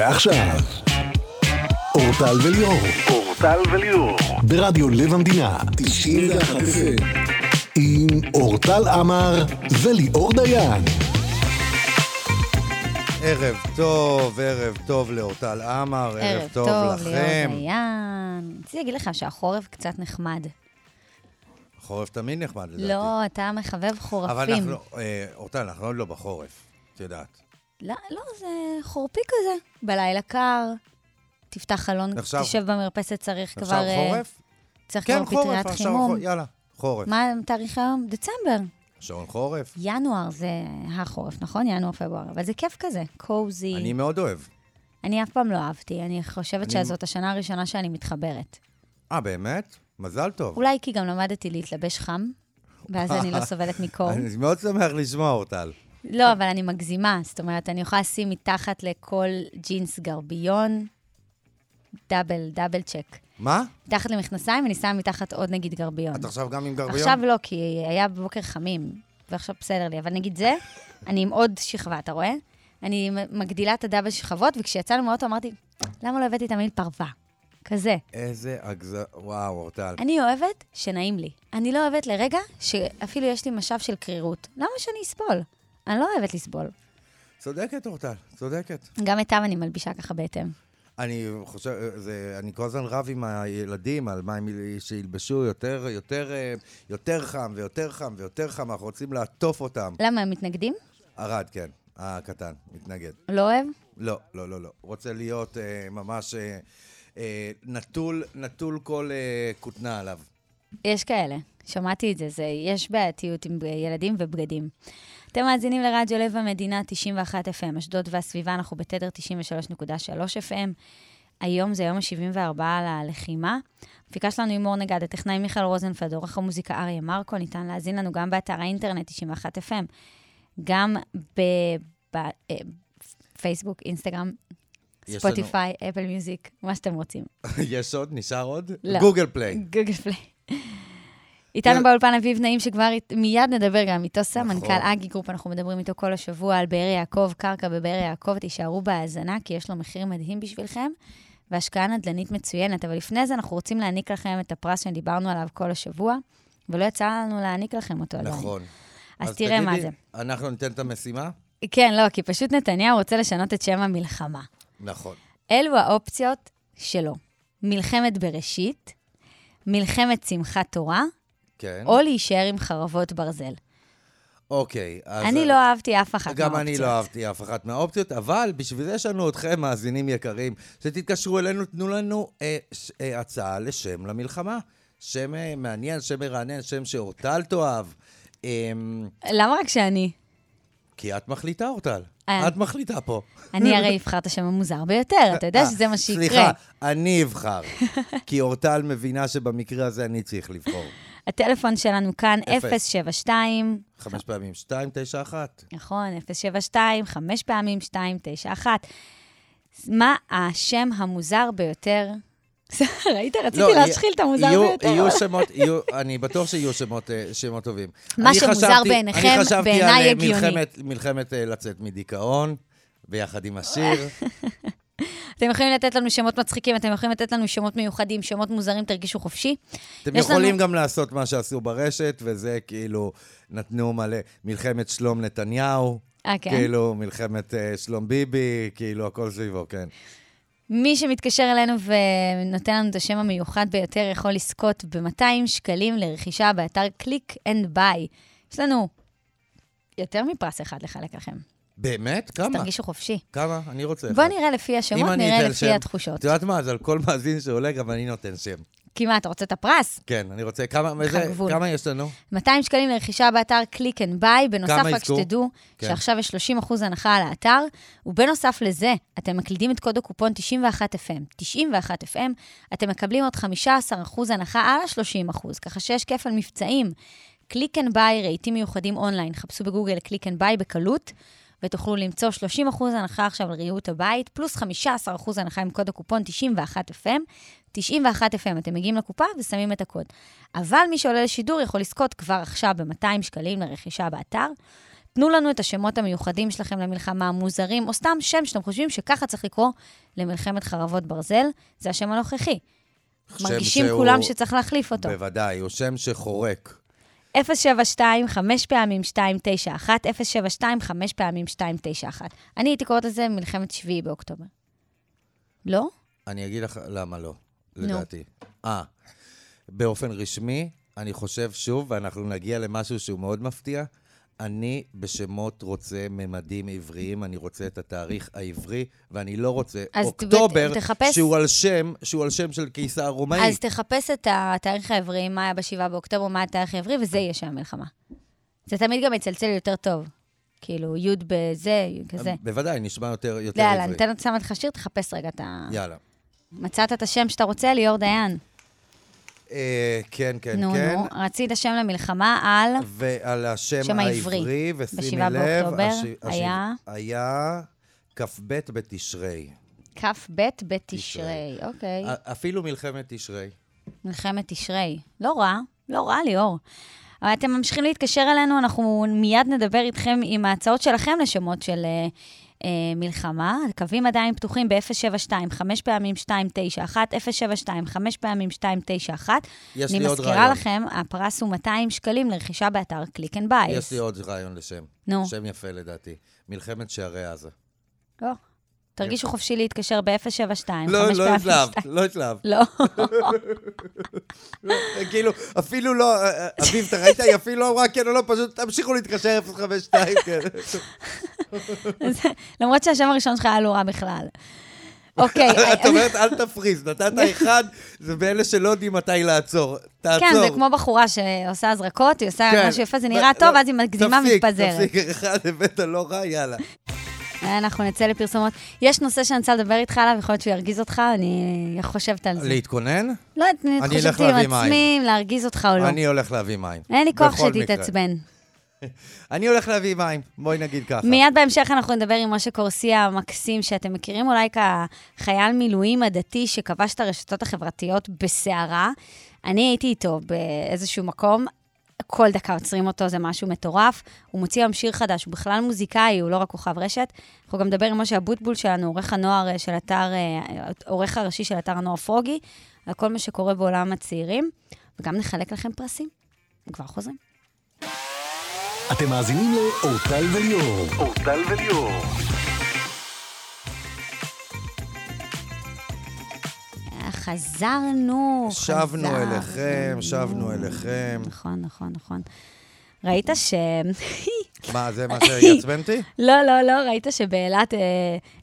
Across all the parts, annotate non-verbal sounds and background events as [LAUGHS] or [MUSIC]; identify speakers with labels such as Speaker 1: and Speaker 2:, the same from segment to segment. Speaker 1: ועכשיו, אורטל וליאור,
Speaker 2: אורטל וליאור.
Speaker 1: ברדיו לב המדינה, 91 FM, עם אורטל עמר וליאור דיין.
Speaker 3: ערב טוב, ערב טוב לאורטל עמר, ערב טוב לכם.
Speaker 4: ליאור דיין. רציתי להגיד לך שהחורף קצת נחמד.
Speaker 3: חורף תמיד נחמד, לדעתי.
Speaker 4: לא, אתה מחבב
Speaker 3: אבל
Speaker 4: חורפים.
Speaker 3: אנחנו, אה, אורטל, אנחנו עוד לא בחורף, את יודעת.
Speaker 4: לא, לא, זה חורפי כזה. בלילה קר, תפתח חלון,
Speaker 3: נחשב-
Speaker 4: תשב במרפסת, צריך כבר...
Speaker 3: עכשיו
Speaker 4: אה,
Speaker 3: חורף?
Speaker 4: צריך
Speaker 3: כן, חורף,
Speaker 4: כבר פטריית
Speaker 3: עכשיו
Speaker 4: חימום.
Speaker 3: חורף, יאללה, חורף.
Speaker 4: מה התאריך היום? דצמבר.
Speaker 3: שעון חורף.
Speaker 4: ינואר זה החורף, נכון? ינואר, פברואר. אבל זה כיף כזה, קוזי.
Speaker 3: אני מאוד אוהב.
Speaker 4: אני אף פעם לא אהבתי, אני חושבת שזאת השנה הראשונה שאני מתחברת.
Speaker 3: אה, באמת? מזל טוב.
Speaker 4: אולי כי גם למדתי להתלבש חם, ואז אני
Speaker 3: [LAUGHS]
Speaker 4: לא סובלת מקור.
Speaker 3: אני מאוד שמח לשמוע אורטל.
Speaker 4: לא, אבל אני מגזימה. זאת אומרת, אני יכולה לשים מתחת לכל ג'ינס גרביון, דאבל, דאבל צ'ק.
Speaker 3: מה?
Speaker 4: מתחת למכנסיים, אני שמה מתחת עוד נגיד גרביון.
Speaker 3: את עכשיו גם עם גרביון?
Speaker 4: עכשיו לא, כי היה בבוקר חמים, ועכשיו בסדר לי. אבל נגיד זה, אני עם עוד שכבה, אתה רואה? אני מ- מגדילה את הדאבל שכבות, וכשיצאנו מהאוטו אמרתי, למה לא הבאתי את המיל פרווה? כזה.
Speaker 3: איזה הגז... וואו, אורטל.
Speaker 4: אני אוהבת שנעים לי. אני לא אוהבת לרגע שאפילו יש לי משאב של קרירות. למה שאני אסבול? אני לא אוהבת לסבול.
Speaker 3: צודקת, אורטל, צודקת.
Speaker 4: גם את טעם אני מלבישה ככה בהתאם.
Speaker 3: אני חושב, זה, אני כל הזמן רב עם הילדים על מה הם יל- שילבשו יותר, יותר, אה, יותר חם ויותר חם ויותר חם, אנחנו רוצים לעטוף אותם.
Speaker 4: למה, הם מתנגדים?
Speaker 3: ערד, כן, הקטן, מתנגד.
Speaker 4: לא אוהב?
Speaker 3: לא, לא, לא, לא. רוצה להיות אה, ממש אה, אה, נטול, נטול כל אה, כותנה עליו. [LAUGHS]
Speaker 4: יש כאלה. שמעתי את זה, זה, יש בעייתיות עם ילדים ובגדים. אתם מאזינים לרדיו לב המדינה 91 FM, אשדוד והסביבה, אנחנו בתדר 93.3 FM. היום זה היום ה-74 על הלחימה. המפיקה שלנו היא מור נגד, הטכנאי מיכאל רוזנפלד, עורך המוזיקה אריה מרקו, ניתן להאזין לנו גם באתר האינטרנט 91 FM, גם בפייסבוק, אינסטגרם,
Speaker 3: יש לנו-
Speaker 4: ספוטיפיי, אפל מיוזיק, מה שאתם רוצים.
Speaker 3: יש עוד? נשאר עוד?
Speaker 4: לא.
Speaker 3: גוגל פליי.
Speaker 4: גוגל פליי. איתנו
Speaker 3: יאללה.
Speaker 4: באולפן אביב נעים, שכבר אית- מיד נדבר גם איתו, סמנכ"ל
Speaker 3: נכון.
Speaker 4: אגי גרופ, אנחנו מדברים איתו כל השבוע על באר יעקב, קרקע בבאר יעקב, תישארו בהאזנה, כי יש לו מחיר מדהים בשבילכם, והשקעה נדל"נית מצוינת. אבל לפני זה אנחנו רוצים להעניק לכם את הפרס שדיברנו עליו כל השבוע, ולא יצא לנו להעניק לכם אותו עדיין.
Speaker 3: נכון.
Speaker 4: לא. אז תראה מה
Speaker 3: תגידי,
Speaker 4: זה.
Speaker 3: אנחנו ניתן את המשימה?
Speaker 4: כן, לא, כי פשוט נתניהו רוצה לשנות את שם המלחמה.
Speaker 3: נכון.
Speaker 4: אלו האופציות שלו. מלחמת בראשית, מלחמת שמחת תורה,
Speaker 3: כן.
Speaker 4: או להישאר עם חרבות ברזל.
Speaker 3: אוקיי. אז-
Speaker 4: אני לא אהבתי אף אחת
Speaker 3: גם
Speaker 4: מהאופציות.
Speaker 3: אני לא אהבתי אף אחת מהאופציות, אבל בשביל זה יש לנו אתכם, מאזינים יקרים, שתתקשרו אלינו, תנו לנו אה, ש, אה, הצעה לשם למלחמה. שם אה, מעניין, שם מרענן, שם שאורטל תאהב. אה,
Speaker 4: למה רק שאני?
Speaker 3: כי את מחליטה, אורטל.
Speaker 4: אה.
Speaker 3: את מחליטה פה.
Speaker 4: אני הרי אבחר את השם המוזר ביותר, אתה יודע
Speaker 3: אה,
Speaker 4: שזה מה שיקרה.
Speaker 3: סליחה, אני אבחר. כי אורטל מבינה שבמקרה הזה אני צריך
Speaker 4: [LAUGHS]
Speaker 3: לבחור.
Speaker 4: הטלפון שלנו כאן,
Speaker 3: יפה.
Speaker 4: 072,
Speaker 3: חמש פעמים, שתיים, תשע, אחת.
Speaker 4: נכון, 072, חמש פעמים 291. מה השם המוזר ביותר? [LAUGHS] ראית?
Speaker 3: לא,
Speaker 4: רציתי להשחיל את המוזר
Speaker 3: יהיו-
Speaker 4: ביותר.
Speaker 3: יהיו שמות, יהיו- אני בטוח שיהיו שמות, אה, שמות טובים.
Speaker 4: מה
Speaker 3: אני
Speaker 4: שמוזר
Speaker 3: חשבתי-
Speaker 4: בעיניכם,
Speaker 3: אני חשבתי
Speaker 4: בעיניי
Speaker 3: על, אה,
Speaker 4: הגיוני.
Speaker 3: מלחמת- מלחמת אה, לצאת מדיכאון, ביחד עם
Speaker 4: אה,
Speaker 3: השיר.
Speaker 4: אתם יכולים לתת לנו שמות מצחיקים, אתם יכולים לתת לנו שמות מיוחדים, שמות מוזרים, תרגישו חופשי.
Speaker 3: אתם
Speaker 4: יש
Speaker 3: יכולים
Speaker 4: לנו-
Speaker 3: גם לעשות מה שעשו ברשת, וזה כאילו, נתנו מלא, מלחמת שלום נתניהו.
Speaker 4: אה, כן.
Speaker 3: כאילו, מלחמת אה, שלום ביבי, כאילו, הכל סביבו, כן.
Speaker 4: מי שמתקשר אלינו ונותן לנו את השם המיוחד ביותר יכול לזכות ב-200 שקלים לרכישה באתר קליק אנד ביי. יש לנו יותר מפרס אחד לחלק לכם.
Speaker 3: באמת?
Speaker 4: אז
Speaker 3: כמה?
Speaker 4: תרגישו חופשי.
Speaker 3: כמה? אני רוצה.
Speaker 4: בוא
Speaker 3: אחד.
Speaker 4: נראה לפי
Speaker 3: אם
Speaker 4: השמות,
Speaker 3: אני
Speaker 4: נראה
Speaker 3: אתן
Speaker 4: לפי
Speaker 3: שם,
Speaker 4: התחושות.
Speaker 3: את יודעת מה, אז על כל מאזין שעולה, גם אני נותן שם.
Speaker 4: כי מה, אתה רוצה את הפרס?
Speaker 3: כן, אני רוצה, כמה,
Speaker 4: לך
Speaker 3: וזה-
Speaker 4: גבול.
Speaker 3: כמה יש לנו?
Speaker 4: 200 שקלים לרכישה באתר קליק אנד ביי. בנוסף,
Speaker 3: כמה
Speaker 4: רק
Speaker 3: יזכו?
Speaker 4: שתדעו
Speaker 3: כן.
Speaker 4: שעכשיו יש 30% הנחה על האתר, ובנוסף לזה, אתם מקלידים את קוד הקופון 91FM. 91FM, אתם מקבלים עוד 15% הנחה על ה-30%, ככה שיש כיף על מבצעים. קליק אנד ביי, רהיטים מיוחדים אונליין. חפשו בגוגל קליק אנד ביי בקלות. ותוכלו למצוא 30% הנחה עכשיו על ריהוט הבית, פלוס 15% הנחה עם קוד הקופון 91FM. 91FM, אתם מגיעים לקופה ושמים את הקוד. אבל מי שעולה לשידור יכול לזכות כבר עכשיו ב-200 שקלים לרכישה באתר. תנו לנו את השמות המיוחדים שלכם למלחמה, המוזרים, או סתם שם שאתם חושבים שככה צריך לקרוא למלחמת חרבות ברזל, זה השם הנוכחי.
Speaker 3: שם
Speaker 4: מרגישים
Speaker 3: שהוא-
Speaker 4: כולם שצריך להחליף אותו.
Speaker 3: בוודאי, הוא שם שחורק.
Speaker 4: 072 5 פעמים 291, 072 5 פעמים 291. אני הייתי קוראת לזה מלחמת 7 באוקטובר. לא?
Speaker 3: אני אגיד לך למה לא,
Speaker 4: נו.
Speaker 3: לדעתי. אה, באופן רשמי, אני חושב שוב, ואנחנו נגיע למשהו שהוא מאוד מפתיע, אני בשמות רוצה ממדים עבריים, אני רוצה את התאריך העברי, ואני לא רוצה
Speaker 4: אז ת-
Speaker 3: אוקטובר,
Speaker 4: ת- תחפש-
Speaker 3: שהוא על שם, שהוא על שם של קיסר רומאי.
Speaker 4: אז תחפש את התאריך העברי, מה היה ב-7 באוקטובר, מה התאריך העברי, וזה יהיה שם המלחמה. זה תמיד גם יצלצל יותר טוב. כאילו, י' בזה, י' כזה.
Speaker 3: בוודאי, נשמע יותר, יותר
Speaker 4: יאללה,
Speaker 3: עברי.
Speaker 4: לא, אני אתן שמה לך שיר, תחפש רגע את ה...
Speaker 3: יאללה.
Speaker 4: מצאת את השם שאתה רוצה, ליאור דיין.
Speaker 3: אה, כן, כן,
Speaker 4: נו,
Speaker 3: כן.
Speaker 4: נו, רצית שם למלחמה על...
Speaker 3: ועל השם
Speaker 4: שם העברי.
Speaker 3: העברי, ושימי
Speaker 4: בשבעה
Speaker 3: לב,
Speaker 4: באוקטובר
Speaker 3: הש-
Speaker 4: היה? אוקיי.
Speaker 3: היה כ"ב בתשרי.
Speaker 4: כ"ב בתשרי, אוקיי.
Speaker 3: א- אפילו מלחמת תשרי.
Speaker 4: מלחמת תשרי. לא רע, לא רע, ליאור. אבל אתם ממשיכים להתקשר אלינו, אנחנו מיד נדבר איתכם עם ההצעות שלכם לשמות של אה, אה, מלחמה. הקווים עדיין פתוחים ב-072, 5 פעמים 291, 072, 5 פעמים 291.
Speaker 3: יש
Speaker 4: אני
Speaker 3: לי עוד
Speaker 4: מזכירה
Speaker 3: רעיון.
Speaker 4: לכם, הפרס הוא 200 שקלים לרכישה באתר קליק אנד בייס.
Speaker 3: יש לי עוד רעיון לשם.
Speaker 4: נו.
Speaker 3: שם יפה לדעתי. מלחמת שערי עזה.
Speaker 4: לא. תרגישו חופשי להתקשר ב-072, 5 פעמים
Speaker 3: לא, לא התלהב,
Speaker 4: 2.
Speaker 3: לא התלהב.
Speaker 4: לא.
Speaker 3: כאילו, אפילו לא, אה, אה, אביב, אתה ראית, היא אפילו לא אמרה כן או לא, פשוט תמשיכו להתקשר 052,
Speaker 4: [LAUGHS]
Speaker 3: כן.
Speaker 4: למרות שהשם הראשון שלך היה לא רע בכלל.
Speaker 3: [LAUGHS]
Speaker 4: אוקיי.
Speaker 3: את אומרת, אל תפריז, נתת אחד, זה באלה שלא יודעים מתי לעצור. תעצור.
Speaker 4: כן, זה כמו בחורה שעושה הזרקות, היא עושה
Speaker 3: כן.
Speaker 4: משהו יפה, זה
Speaker 3: ב-
Speaker 4: נראה
Speaker 3: לא,
Speaker 4: טוב, ואז היא מגזימה ומתפזרת.
Speaker 3: תפסיק, תפסיק, [LAUGHS] אחד הבאת לא רע,
Speaker 4: [LAUGHS]
Speaker 3: יאללה.
Speaker 4: אה, אנחנו נצא לפרסומות. יש נושא שאני רוצה לדבר איתך עליו, יכול להיות שהוא ירגיז אותך, אני חושבת על זה.
Speaker 3: להתכונן?
Speaker 4: לא יודעת, אני
Speaker 3: אני
Speaker 4: חושבת
Speaker 3: אלך להביא
Speaker 4: לי עם עצמי,
Speaker 3: מים.
Speaker 4: אם להרגיז אותך או לא.
Speaker 3: אני הולך להביא מים.
Speaker 4: אין לי כוח
Speaker 3: בכל מקרה.
Speaker 4: שתתעצבן.
Speaker 3: אני הולך להביא מים, בואי נגיד ככה.
Speaker 4: מיד בהמשך אנחנו נדבר עם משה קורסיה המקסים, שאתם מכירים אולי כחייל מילואים הדתי שכבש את הרשתות החברתיות בסערה. אני הייתי איתו באיזשהו מקום. כל דקה עוצרים אותו, זה משהו מטורף. הוא מוציא היום שיר חדש, הוא בכלל מוזיקאי, הוא לא רק כוכב רשת. אנחנו גם נדבר עם משה אבוטבול שלנו, עורך הנוער אה, של אתר, אה, העורך הראשי של אתר הנוער פרוגי, על כל מה שקורה בעולם הצעירים, וגם נחלק לכם פרסים. כבר חוזרים.
Speaker 1: אתם מאזינים לאורטל וליאור. אורטל וליאור.
Speaker 4: אה, חזרנו,
Speaker 3: שבנו
Speaker 4: חזרנו.
Speaker 3: אליכם, שבנו אליכם.
Speaker 4: נכון, נכון, נכון. ראית ש... [LAUGHS]
Speaker 3: מה, זה מה שיעצבן אותי?
Speaker 4: לא, לא, לא, ראית שבאילת אה,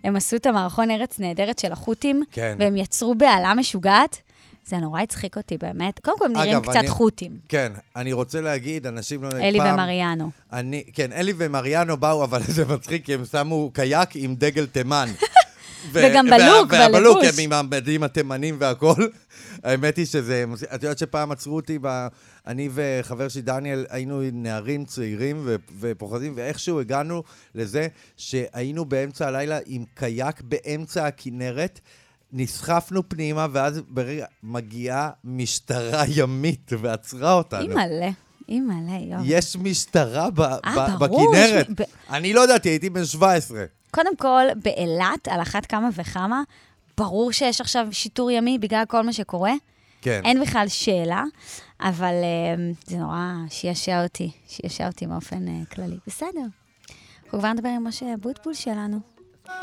Speaker 4: הם עשו את המערכון ארץ נהדרת של החות'ים,
Speaker 3: כן.
Speaker 4: והם יצרו בהלה משוגעת? זה נורא הצחיק אותי, באמת. קודם כל, הם [LAUGHS] נראים
Speaker 3: אגב,
Speaker 4: קצת
Speaker 3: אני-
Speaker 4: חות'ים,
Speaker 3: כן, אני רוצה להגיד, אנשים לא...
Speaker 4: אלי
Speaker 3: פעם-
Speaker 4: ומריאנו.
Speaker 3: אני, כן, אלי ומריאנו באו, אבל [LAUGHS] זה מצחיק, כי הם שמו קיאק עם דגל תימן. ו-
Speaker 4: [LAUGHS] וגם בלוק,
Speaker 3: וה- והבלוק,
Speaker 4: בלבוש.
Speaker 3: הם עם המדים התימנים והכול. [LAUGHS] האמת היא שזה... את יודעת שפעם עצרו אותי, ב... אני וחבר שלי דניאל היינו נערים צעירים ו- ופוחדים, ואיכשהו הגענו לזה שהיינו באמצע הלילה עם קיאק באמצע הכנרת. נסחפנו פנימה, ואז ברגע מגיעה משטרה ימית ועצרה אותנו.
Speaker 4: אימא'לה, אימא'לה, יואו.
Speaker 3: יש משטרה ב- ב-
Speaker 4: אה. ברור,
Speaker 3: בכנרת.
Speaker 4: יש- ב-
Speaker 3: אני לא ידעתי, הייתי בן 17.
Speaker 4: קודם כל, באילת, על אחת כמה וכמה, ברור שיש עכשיו שיטור ימי בגלל כל מה שקורה.
Speaker 3: כן.
Speaker 4: אין בכלל שאלה, אבל אה, זה נורא שישע אותי, שישע אותי באופן אה, כללי. בסדר. אנחנו כבר נדבר עם משה אבוטבול שלנו.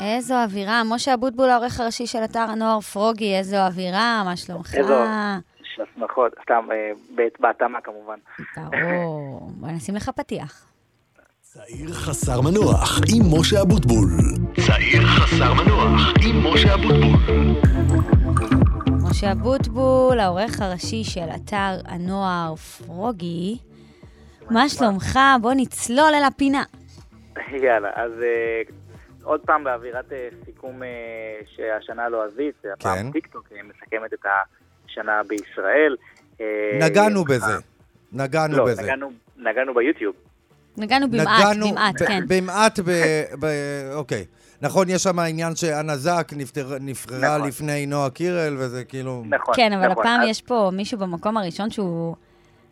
Speaker 4: איזו אווירה. משה אבוטבול, העורך הראשי של אתר הנוער פרוגי, איזו אווירה, מה שלומך?
Speaker 2: איזו...
Speaker 3: אה.
Speaker 2: שמחות, סתם, אה, בעת- בהתאמה כמובן. [LAUGHS]
Speaker 4: ברור. בוא נשים לך פתיח.
Speaker 1: צעיר חסר מנוח עם משה אבוטבול. צעיר חסר מנוח עם משה אבוטבול.
Speaker 4: משה אבוטבול, העורך הראשי של אתר הנוער פרוגי. מה שלומך? בוא נצלול אל הפינה.
Speaker 2: יאללה, אז אה, עוד פעם באווירת אה, סיכום אה, שהשנה הלועזית, זה
Speaker 3: כן.
Speaker 2: הפעם טיקטוק אה, מסכמת את השנה בישראל. אה,
Speaker 3: נגענו
Speaker 2: אה,
Speaker 3: בזה. נגענו
Speaker 2: לא,
Speaker 3: בזה.
Speaker 2: נגענו- נגענו ביוטיוב.
Speaker 4: נגענו במעט, במעט,
Speaker 3: ב-
Speaker 4: כן.
Speaker 3: במעט, ב- ב- אוקיי. נכון, יש שם העניין שאנה זק נפטר- נבחרה
Speaker 2: נכון.
Speaker 3: לפני נועה קירל, וזה כאילו...
Speaker 2: נכון.
Speaker 4: כן, אבל
Speaker 2: נכון.
Speaker 4: הפעם
Speaker 2: אז-
Speaker 4: יש פה מישהו במקום הראשון שהוא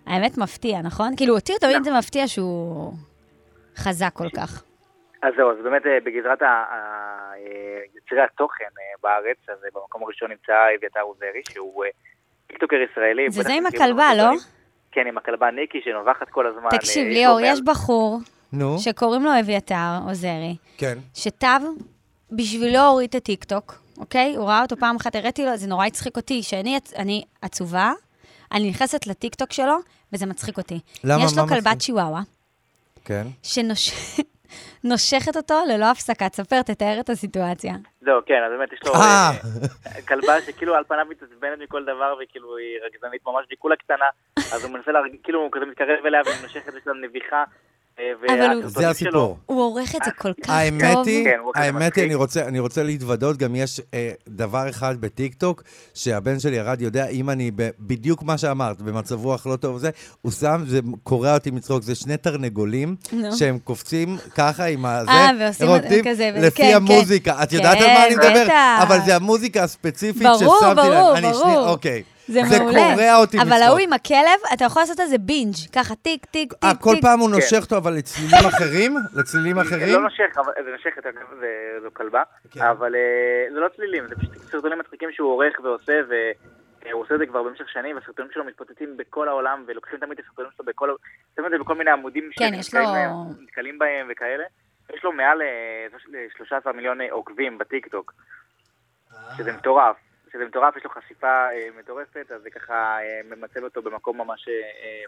Speaker 4: האמת מפתיע, נכון? כאילו, אותי תמיד זה מפתיע שהוא חזק כל כך.
Speaker 5: אז זהו, אז באמת אה, בגזרת ה- ה- אה, יצירי התוכן אה, בארץ, אז אה, במקום הראשון נמצא אביתר עוזרי, שהוא אה, טיקטוקר ישראלי.
Speaker 4: זה זה
Speaker 5: בטח
Speaker 4: עם
Speaker 5: מכירים אותו
Speaker 4: הכלבה, לא?
Speaker 5: דברים. כן, עם הכלבה ניקי שנובחת כל הזמן.
Speaker 4: תקשיב,
Speaker 5: אה,
Speaker 4: ליאור,
Speaker 5: לו
Speaker 4: יש
Speaker 5: מעל-
Speaker 4: בחור
Speaker 3: נו,
Speaker 4: שקוראים לו אביתר עוזרי,
Speaker 3: כן.
Speaker 4: שטב בשבילו הוריד את הטיקטוק, אוקיי? הוא ראה אותו פעם אחת, הראיתי לו, זה נורא הצחיק אותי, שאני עצ- אני עצובה, אני נכנסת לטיקטוק שלו, וזה מצחיק אותי.
Speaker 3: למה?
Speaker 4: יש לו
Speaker 3: מה מצחיק?
Speaker 4: כלבת שיוואווה,
Speaker 3: כן.
Speaker 4: [LAUGHS] שנושכת אותו ללא הפסקה. תספר, תתאר את הסיטואציה.
Speaker 5: זהו, כן, אז באמת יש
Speaker 2: לא,
Speaker 5: לו
Speaker 3: אה.
Speaker 5: אה, כלבה שכאילו על פניו מתעצבנת מכל דבר, וכאילו היא רגזנית ממש, והיא כולה קטנה, אז הוא מנסה, להרג- כאילו הוא כזה מתקרב אליה והיא נושכת, יש לה נביחה. אה, והסרטונים
Speaker 4: הוא-
Speaker 3: זה הסיפור.
Speaker 5: שלו-
Speaker 4: הוא עורך את זה כל כך
Speaker 3: האמת
Speaker 4: טוב.
Speaker 3: היא,
Speaker 5: כן, הוא כזה
Speaker 3: האמת היא,
Speaker 5: מצחיק.
Speaker 3: אני רוצה, אני רוצה להתוודות, גם יש אה, דבר אחד בטיקטוק, שהבן שלי ירד יודע, אם אני ב, בדיוק מה שאמרת, במצב רוח לא טוב וזה, הוא שם, זה קורע אותי מצחוק, זה שני תרנגולים,
Speaker 4: נו.
Speaker 3: שהם קופצים ככה עם הזה,
Speaker 4: אה, ועושים
Speaker 3: הם עובדים
Speaker 4: כזה, ו-
Speaker 3: לפי
Speaker 4: כן,
Speaker 3: המוזיקה.
Speaker 4: כן.
Speaker 3: את יודעת על מה אני
Speaker 4: כן,
Speaker 3: מדבר?
Speaker 4: בטח.
Speaker 3: אבל זה המוזיקה הספציפית
Speaker 4: ברור,
Speaker 3: ששמתי להם.
Speaker 4: ברור,
Speaker 3: אני
Speaker 4: ברור.
Speaker 3: שנייה, אוקיי.
Speaker 4: זה מעולה.
Speaker 3: זה קורע אותי
Speaker 4: אבל ההוא
Speaker 3: מצחוק.
Speaker 4: עם הכלב, אתה יכול לעשות על זה בינג', ככה טיק, טיק,
Speaker 3: אה,
Speaker 4: טיק,
Speaker 3: כל
Speaker 4: טיק.
Speaker 3: פעם הוא נושך אותו, אבל לצלילים אחרים? לצלילים אחרים?
Speaker 5: כן. לא נושך, אבל זה נושך, אתה- זה- זו כלבה,
Speaker 3: כן.
Speaker 5: אבל אה, זה לא צלילים, זה פשוט סרטונים מצחיקים שהוא עורך ועושה, והוא עושה את זה כבר במשך שנים, והסרטונים שלו מתפוצצים בכל העולם, ולוקחים תמיד את הסרטונים שלו בכל, שמים את זה בכל מיני עמודים
Speaker 4: כן,
Speaker 5: שנתקעים
Speaker 4: יש לו-
Speaker 5: בהם- נתקלים בהם וכאלה. יש לו מעל אה, ל- 13 מיליון אה, עוקבים בטיקטוק, שזה מטורף. שזה מטורף, יש לו חשיפה אה, מטורפת, אז זה ככה אה, ממצב אותו במקום ממש אה, אה,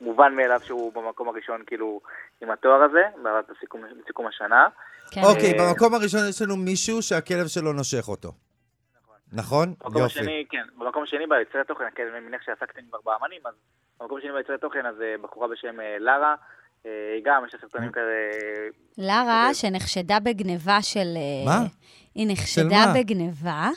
Speaker 5: מובן מאליו שהוא במקום הראשון, כאילו, עם התואר הזה, בעלת בסיכום, בסיכום השנה.
Speaker 4: כן.
Speaker 3: אוקיי,
Speaker 5: אה,
Speaker 3: במקום הראשון יש לנו מישהו שהכלב שלו נושך אותו. נכון?
Speaker 5: במקום
Speaker 3: יופי.
Speaker 5: השני, כן, במקום השני ביצירי תוכן, כן, אני מניח שעסקתם כבר באמנים, אז במקום השני ביצירי תוכן, אז אה, בחורה בשם אה, לארה, אה, היא גם, יש לה סרטונים כאלה... אה,
Speaker 4: לרה, שנחשדה בגניבה של... אה,
Speaker 3: מה?
Speaker 4: היא
Speaker 3: של
Speaker 4: נחשדה
Speaker 3: מה?
Speaker 4: בגניבה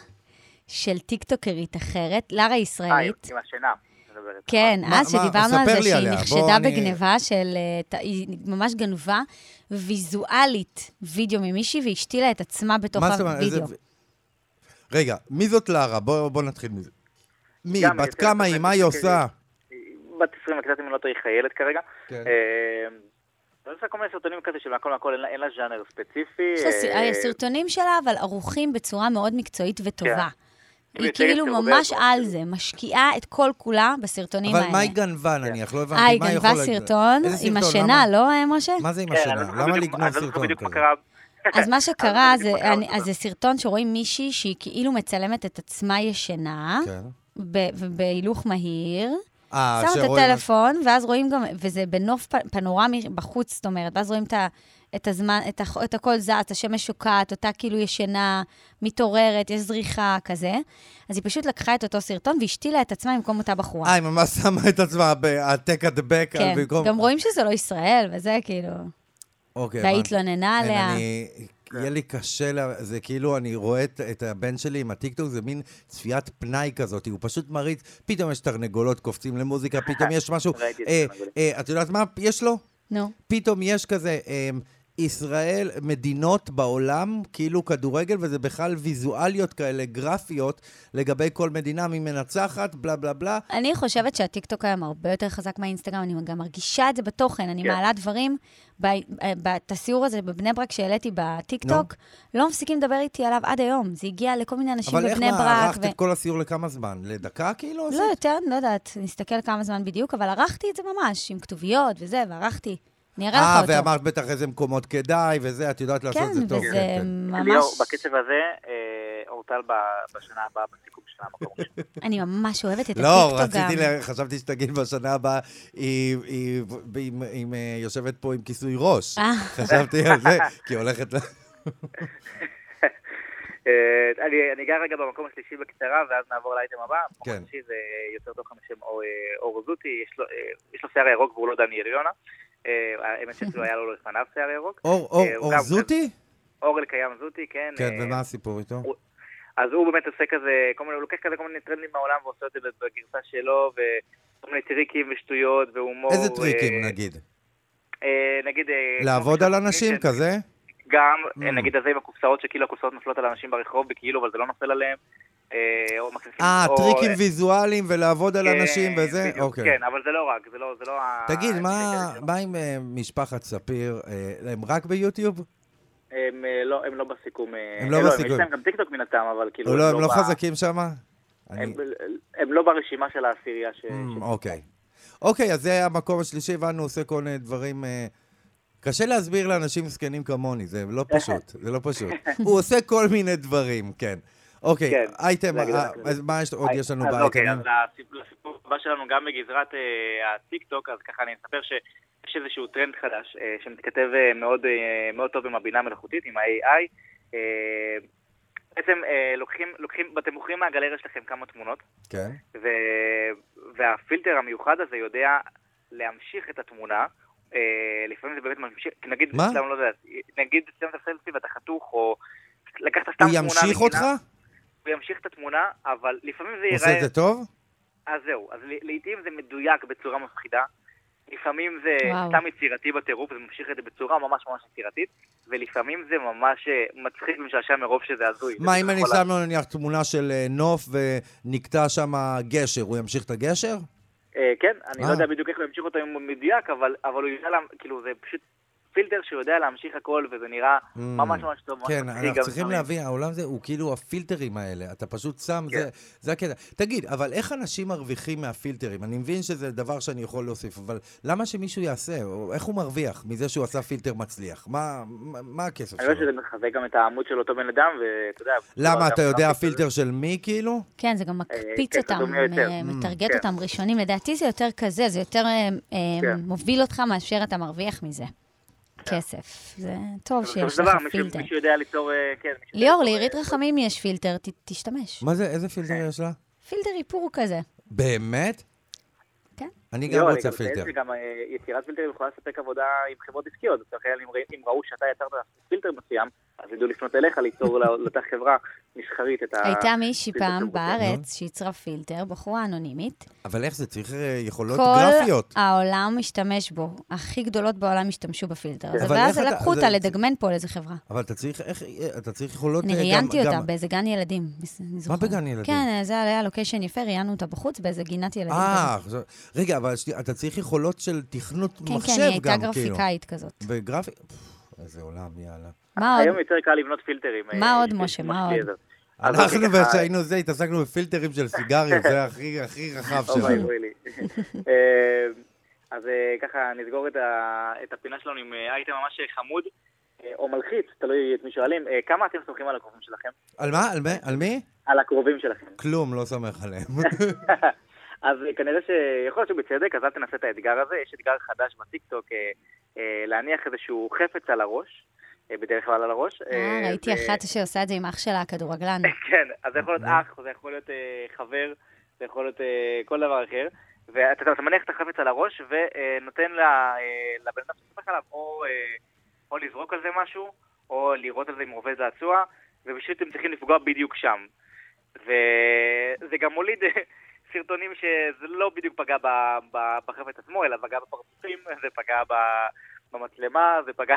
Speaker 4: של טיקטוקרית אחרת, לרה
Speaker 5: אה, עם-
Speaker 4: ישראלית.
Speaker 5: עם השינה. את מדברת, נכון.
Speaker 4: כן,
Speaker 3: מה-
Speaker 4: אז
Speaker 3: מה?
Speaker 4: שדיברנו על
Speaker 3: ספר
Speaker 4: זה
Speaker 3: לי
Speaker 4: שהיא
Speaker 3: עליה, בוא,
Speaker 4: נחשדה
Speaker 3: אני-
Speaker 4: בגניבה של... אה, ת- היא ממש גנבה ויזואלית וידאו ממישהי והשתילה את עצמה בתוך
Speaker 3: מה זאת אומרת? איזה-
Speaker 4: הוידאו.
Speaker 3: רגע, מי זאת לארה? בוא בוא נתחיל מזה. מי?
Speaker 5: גם כן,
Speaker 3: בת
Speaker 5: יוצרת
Speaker 3: כמה היא? מה היא
Speaker 5: תוכן,
Speaker 3: עושה?
Speaker 5: היא בת 20 וקצת, אם אני לא טועה, היא חיילת כרגע.
Speaker 3: כן.
Speaker 5: אה, היא עושה כל מיני סרטונים כזה שמהכל מהכל אין לה- אין לה ז'אנר ספציפי.
Speaker 4: יש לה סר-
Speaker 5: אה,
Speaker 4: הסרטונים שלה, אבל ערוכים בצורה מאוד מקצועית וטובה. היא
Speaker 5: יוצרת
Speaker 4: כאילו
Speaker 5: הרבה
Speaker 4: ממש
Speaker 5: הכל,
Speaker 4: על
Speaker 5: כאילו.
Speaker 4: זה, משקיעה את כל כולה בסרטונים האלה.
Speaker 3: אבל מה היא גנבה נניח? לא הבנתי.
Speaker 4: אה, היא
Speaker 3: מה
Speaker 4: גנבה
Speaker 3: יכולה-
Speaker 4: סרטון
Speaker 3: איזה
Speaker 4: עם
Speaker 3: סרטון? למה-
Speaker 4: השינה, לא, אה, משה?
Speaker 3: מה זה עם
Speaker 5: כן, אני לא
Speaker 3: השינה?
Speaker 5: זוכר
Speaker 3: למה
Speaker 5: בדיוק-
Speaker 3: לגנוב
Speaker 5: אני לא זוכר
Speaker 3: סרטון
Speaker 5: בדיוק מה
Speaker 3: כזה?
Speaker 5: קרה. [LAUGHS]
Speaker 4: אז מה שקרה
Speaker 5: אני לא
Speaker 4: זה,
Speaker 5: זוכר
Speaker 4: אני-
Speaker 5: אותו.
Speaker 4: אז זה סרטון שרואים מישהי שהיא כאילו מצלמת את עצמה ישנה,
Speaker 3: כן.
Speaker 4: ב- ובהילוך מהיר,
Speaker 3: אה,
Speaker 4: שמה את
Speaker 3: שרואים-
Speaker 4: הטלפון, ואז רואים גם, וזה בנוף פ- פנורמי בחוץ, זאת אומרת, ואז רואים את ה... את הזמן, את, הח, את הכל זז, את השמש שוקעת, אותה כאילו ישנה, מתעוררת, יש זריחה, כזה. אז היא פשוט לקחה את אותו סרטון והשתילה את עצמה במקום אותה בחורה.
Speaker 3: אה, היא ממש שמה את עצמה ב-take at the back.
Speaker 4: כן,
Speaker 3: על- במקום-
Speaker 4: גם רואים שזה לא ישראל, וזה כאילו...
Speaker 3: אוקיי,
Speaker 4: והיא
Speaker 3: הבנתי.
Speaker 4: התלוננה
Speaker 3: אין,
Speaker 4: עליה.
Speaker 3: אני... יהיה לי קשה, לה- זה כאילו, אני רואה את, את הבן שלי עם הטיקטוק, זה מין צפיית פנאי כזאת, הוא פשוט מריץ, פתאום יש תרנגולות
Speaker 5: [LAUGHS]
Speaker 3: קופצים למוזיקה, פתאום יש משהו...
Speaker 5: ראיתי את
Speaker 3: אה,
Speaker 5: התרנגולים.
Speaker 3: אה, את יודעת מה יש לו?
Speaker 4: נו.
Speaker 3: פתאום יש כזה, אה, ישראל, מדינות בעולם, כאילו כדורגל, וזה בכלל ויזואליות כאלה, גרפיות, לגבי כל מדינה, מי מנצחת, בלה בלה בלה.
Speaker 4: אני חושבת שהטיקטוק היום הרבה יותר חזק מהאינסטגרם, אני גם מרגישה את זה בתוכן. אני
Speaker 5: כן.
Speaker 4: מעלה דברים, ב- אה, ב- את הסיור הזה בבני ברק שהעליתי בטיקטוק, לא מפסיקים לדבר איתי עליו עד היום. זה הגיע לכל מיני אנשים
Speaker 3: אבל איך
Speaker 4: בבני
Speaker 3: מה,
Speaker 4: ברק.
Speaker 3: ערכת
Speaker 4: ו-
Speaker 3: את כל הסיור לכמה זמן? לדקה כאילו?
Speaker 4: לא יותר, אני לא יודעת, נסתכל כמה זמן בדיוק, אבל ערכתי את זה ממש, עם כתוביות וזה, וערכתי. אני אראה לך
Speaker 3: אה,
Speaker 4: אותו.
Speaker 3: ואמרת בטח איזה מקומות כדאי, וזה, את יודעת לעשות
Speaker 4: כן,
Speaker 3: את זה טוב. אוקיי,
Speaker 4: וזה
Speaker 5: ליאור,
Speaker 4: ממש...
Speaker 5: בקצב הזה, אה, אורטל ב- בשנה הבאה בסיכום של המקום. הראשון.
Speaker 4: אני ממש אוהבת את
Speaker 3: לא,
Speaker 4: הטיקטוק גם.
Speaker 3: רציתי, ל... חשבתי שתגיד בשנה הבאה, היא, היא, היא, היא, היא יושבת פה עם כיסוי ראש.
Speaker 4: אה.
Speaker 3: חשבתי על זה, כי היא הולכת ל...
Speaker 5: אה, אני- אני אגע רגע במקום השלישי בקצרה, ואז נעבור לאייטם הבא.
Speaker 3: כן.
Speaker 5: כן. השלישי זה יוצר תוכן בשם אור- אה, אור זוטי, יש לו, אה, יש לו שיער ירוק והוא לא דני הריונה. אה, האמת שאפילו היה לו לפניו שיער ירוק.
Speaker 3: אור, אור,
Speaker 5: אה, הוא
Speaker 3: אור
Speaker 5: גם-
Speaker 3: זוטי?
Speaker 5: אור אלקיים זוטי, כן.
Speaker 3: כן,
Speaker 5: אה,
Speaker 3: ומה הסיפור איתו?
Speaker 5: הוא- אז הוא באמת עושה כזה, כל מיני, הוא לוקח כזה כל מיני טרנדים מהעולם ועושה את זה בגרסה שלו, וכל מיני טריקים ושטויות והומור.
Speaker 3: איזה טריקים,
Speaker 5: אה,
Speaker 3: נגיד?
Speaker 5: אה, נגיד... אה,
Speaker 3: לעבוד
Speaker 5: כמו
Speaker 3: על
Speaker 5: בשביל
Speaker 3: אנשים
Speaker 5: שני,
Speaker 3: כזה?
Speaker 5: גם, כן. אה,
Speaker 3: Mm.
Speaker 5: נגיד הזה עם הקופסאות, שכאילו הקופסאות נופלות על אנשים ברחוב, בכאילו, אבל זה לא נופל עליהם. אה, או מכניסים...
Speaker 3: אה,
Speaker 5: או-
Speaker 3: טריקים
Speaker 5: אה,
Speaker 3: ויזואליים ולעבוד על
Speaker 5: כן,
Speaker 3: אנשים וזה?
Speaker 5: בדיוק,
Speaker 3: אוקיי.
Speaker 5: כן, אבל זה לא רק, זה לא... זה לא ה-
Speaker 3: תגיד, מה-
Speaker 5: זה-
Speaker 3: מה עם אה, משפחת ספיר? אה, הם רק ביוטיוב?
Speaker 5: הם אה, לא הם לא בסיכום. אה,
Speaker 3: הם לא
Speaker 5: אה,
Speaker 3: בסיכום.
Speaker 5: יש להם גם טיקטוק מן הטעם, אבל כאילו...
Speaker 3: לא, הם לא
Speaker 5: ב-
Speaker 3: חזקים שם?
Speaker 5: הם- הם לא ברשימה אה, של העשירייה ש... ש-
Speaker 3: אוקיי. אוקיי, אז זה המקום השלישי, הבנו, עושה כל מיני דברים... אה, קשה להסביר לאנשים זקנים כמוני, זה
Speaker 5: [LAUGHS]
Speaker 3: לא פשוט, זה לא פשוט. הוא עושה כל מיני דברים, כן. אוקיי,
Speaker 5: כן,
Speaker 3: אייטם,
Speaker 5: זה הגדרה
Speaker 3: אה,
Speaker 5: כללית.
Speaker 3: אז מה יש- עוד יש לנו
Speaker 5: אז אוקיי,
Speaker 3: באייטם?
Speaker 5: אז הסיפ- לסיפור הבא שלנו גם בגזרת אה, הטיקטוק, אז ככה אני אספר שיש איזשהו טרנד חדש אה, שמתכתב אה, מאוד, אה, מאוד טוב עם הבינה המלאכותית, עם ה-AI. אה, בעצם אה, לוקחים, לוקחים, אתם מוכרים מהגלריה שלכם כמה תמונות,
Speaker 3: כן.
Speaker 5: ו, והפילטר המיוחד הזה יודע להמשיך את התמונה. אה, לפעמים זה באמת ממשיך, כי נגיד,
Speaker 3: מה?
Speaker 5: סתם, לא יודע, נגיד סיימת סלפי ואתה חתוך, או לקחת סתם
Speaker 3: הוא
Speaker 5: תמונה
Speaker 3: ימשיך
Speaker 5: מגינה,
Speaker 3: אותך?
Speaker 5: הוא ימשיך את התמונה, אבל לפעמים זה
Speaker 3: הוא
Speaker 5: ייראה...
Speaker 3: עושה את זה טוב?
Speaker 5: אז זהו, אז ל- לעיתים זה מדויק בצורה מפחידה, לפעמים זה
Speaker 4: וואו.
Speaker 5: סתם יצירתי בטירוף, זה ממשיך את זה בצורה ממש ממש יצירתית, ולפעמים זה ממש אה, מצחיק ומשעשע מרוב שזה הזוי.
Speaker 3: מה,
Speaker 5: זה
Speaker 3: אם
Speaker 5: בטח
Speaker 3: אני
Speaker 5: יכול
Speaker 3: שם לו נניח תמונה של אה, נוף ונקטע שם גשר, הוא ימשיך את הגשר?
Speaker 5: אה, כן, אני
Speaker 3: אה.
Speaker 5: לא יודע בדיוק איך הוא ימשיך אותו אם הוא מדויק, אבל, אבל הוא יודע, לה, כאילו זה פשוט פילטר שהוא יודע להמשיך הכל, וזה נראה ממש ממש טוב. ממש
Speaker 3: Mm. כן,
Speaker 5: מצחיק
Speaker 3: אנחנו
Speaker 5: גם
Speaker 3: צריכים
Speaker 5: לפעמים.
Speaker 3: להבין, העולם זה הוא כאילו הפילטרים האלה, אתה פשוט שם,
Speaker 5: כן.
Speaker 3: זה- זה הקטע. תגיד, אבל איך אנשים מרוויחים מהפילטרים? אני מבין שזה דבר שאני יכול להוסיף, אבל למה שמישהו יעשה? או איך הוא מרוויח מזה שהוא עשה פילטר מצליח? מה- מה מה הכסף
Speaker 5: אני חושב
Speaker 3: שלו?
Speaker 5: שזה מחזק גם את העמוד של אותו בן אדם, ואתה יודע...
Speaker 3: למה,
Speaker 5: גם-
Speaker 3: אתה יודע
Speaker 5: גם-
Speaker 3: הפילטר של מי כאילו?
Speaker 4: כן, זה גם מקפיץ
Speaker 5: כן,
Speaker 4: אותם,
Speaker 5: קדום יותר.
Speaker 4: אה,
Speaker 5: Mm,
Speaker 4: מטרגט
Speaker 5: כן.
Speaker 4: אותם ראשונים. לדעתי זה יותר כזה, זה יותר אה, אה,
Speaker 5: כן.
Speaker 4: מוביל אותך מאשר אתה מרוויח מזה. כסף. זה טוב
Speaker 5: בסופו
Speaker 4: שיש
Speaker 5: של
Speaker 4: לך
Speaker 5: דבר, מישהו
Speaker 4: פילטר.
Speaker 5: מישהו יודע ליצור... אה, כן, מישהו יודע
Speaker 4: ליאור,
Speaker 5: ליצור, אה,
Speaker 4: לעירית רחמים יש פילטר, ת- תשתמש.
Speaker 3: מה זה, איזה פילטר
Speaker 5: כן.
Speaker 3: יש לה?
Speaker 4: פילטר איפור כזה,
Speaker 3: באמת?
Speaker 4: כן?
Speaker 3: אני גם
Speaker 5: לא, אני
Speaker 3: רוצה
Speaker 5: גם מציין
Speaker 3: פילטר.
Speaker 5: שגם אה, יצירת פילטרים יכולה לספק עבודה עם חברות עסקיות. לצורך העניין, אם ראי- אם ראו שאתה יצרת פילטר מסוים, אז ידעו לפנות אליך ליצור ל- לאותה חברה מסחרית את ה...
Speaker 4: הייתה מישהי
Speaker 5: אה, פילטר כן.
Speaker 4: פעם
Speaker 5: שהם
Speaker 4: בארץ שייצרה פילטר, בחורה אנונימית.
Speaker 3: אבל איך זה, צריך אה, יכולות
Speaker 4: כל
Speaker 3: גרפיות.
Speaker 4: העולם משתמש בו. הכי גדולות בעולם השתמשו בפילטר הזה,
Speaker 3: אבל
Speaker 4: ואז
Speaker 3: איך אתה-
Speaker 4: לקחו
Speaker 3: זה-
Speaker 4: אותה לדגמן פה לאיזה חברה.
Speaker 3: אבל אתה צריך, איך, אה, אתה צריך יכולות...
Speaker 4: אני
Speaker 3: אה, גם-
Speaker 4: ראיינתי אותה
Speaker 3: גם-
Speaker 4: באיזה גן ילדים. אני זוכרת.
Speaker 3: בגן ילדים?
Speaker 4: כן, זה היה לוקיישן יפה, ראיינו אותה בחוץ באיזה גינת ילדים.
Speaker 3: אה, עכשיו- רגע, אבל שנייה, אתה צריך יכולות של תכנות
Speaker 4: כן,
Speaker 3: מחשב
Speaker 4: כן,
Speaker 3: גם,
Speaker 4: היא
Speaker 3: כאילו.
Speaker 4: הייתה גרפיקאית כזאת.
Speaker 3: וגרפיק... פפ, איזה עולם, יאללה.
Speaker 4: מה עוד?
Speaker 5: היום יותר קל לבנות פילטרים. אה,
Speaker 4: מה עוד,
Speaker 5: אישית,
Speaker 4: משה? מה
Speaker 5: ממש
Speaker 4: עוד?
Speaker 5: לי עזר. אז
Speaker 3: אנחנו,
Speaker 5: אוקיי, ככה-
Speaker 3: כשהיינו זה, התעסקנו בפילטרים של סיגריות, זה הכי הכי רחב
Speaker 5: אוי
Speaker 3: שלנו.
Speaker 5: ואבוי אוקיי,
Speaker 4: [LAUGHS]
Speaker 5: לי. אה, אז אה, ככה נסגור את ה- את הפינה שלנו עם אה, אייטם ממש חמוד. אה, או מלחיץ, תלוי את מי שואלים. אה, כמה אתם סומכים על הקרובים שלכם?
Speaker 3: על מה? על מי? על מי?
Speaker 5: על הקרובים שלכם.
Speaker 3: כלום, לא סומך עליהם.
Speaker 5: אז כנראה שיכול להיות שבצדק, אז אל תנסה את האתגר הזה. יש אתגר חדש בטיקטוק, אה, אה, להניח איזשהו חפץ על הראש, אה, בדרך כלל על הראש.
Speaker 4: אה,
Speaker 5: אה,
Speaker 4: ראיתי
Speaker 5: ו-
Speaker 4: אחת שעושה את זה עם אח
Speaker 5: [LAUGHS]
Speaker 4: שלה, הכדורגלן.
Speaker 5: כן, אז זה יכול להיות אח, זה יכול להיות אה, חבר, זה יכול להיות אה, כל דבר אחר. ואתה יודע, אתה מניח את החפץ על הראש ונותן לה, אה, לבן אדם שסומך עליו או, אה, או לזרוק על זה משהו, או לירות על זה עם רובה זעצוע, ופשוט הם צריכים לפגוע בדיוק שם. וזה גם מוליד אה, סרטונים שזה לא בדיוק פגע ב- ב- בחפץ עצמו, אלא פגע בפרצופים, זה פגע ב- במצלמה, זה פגע...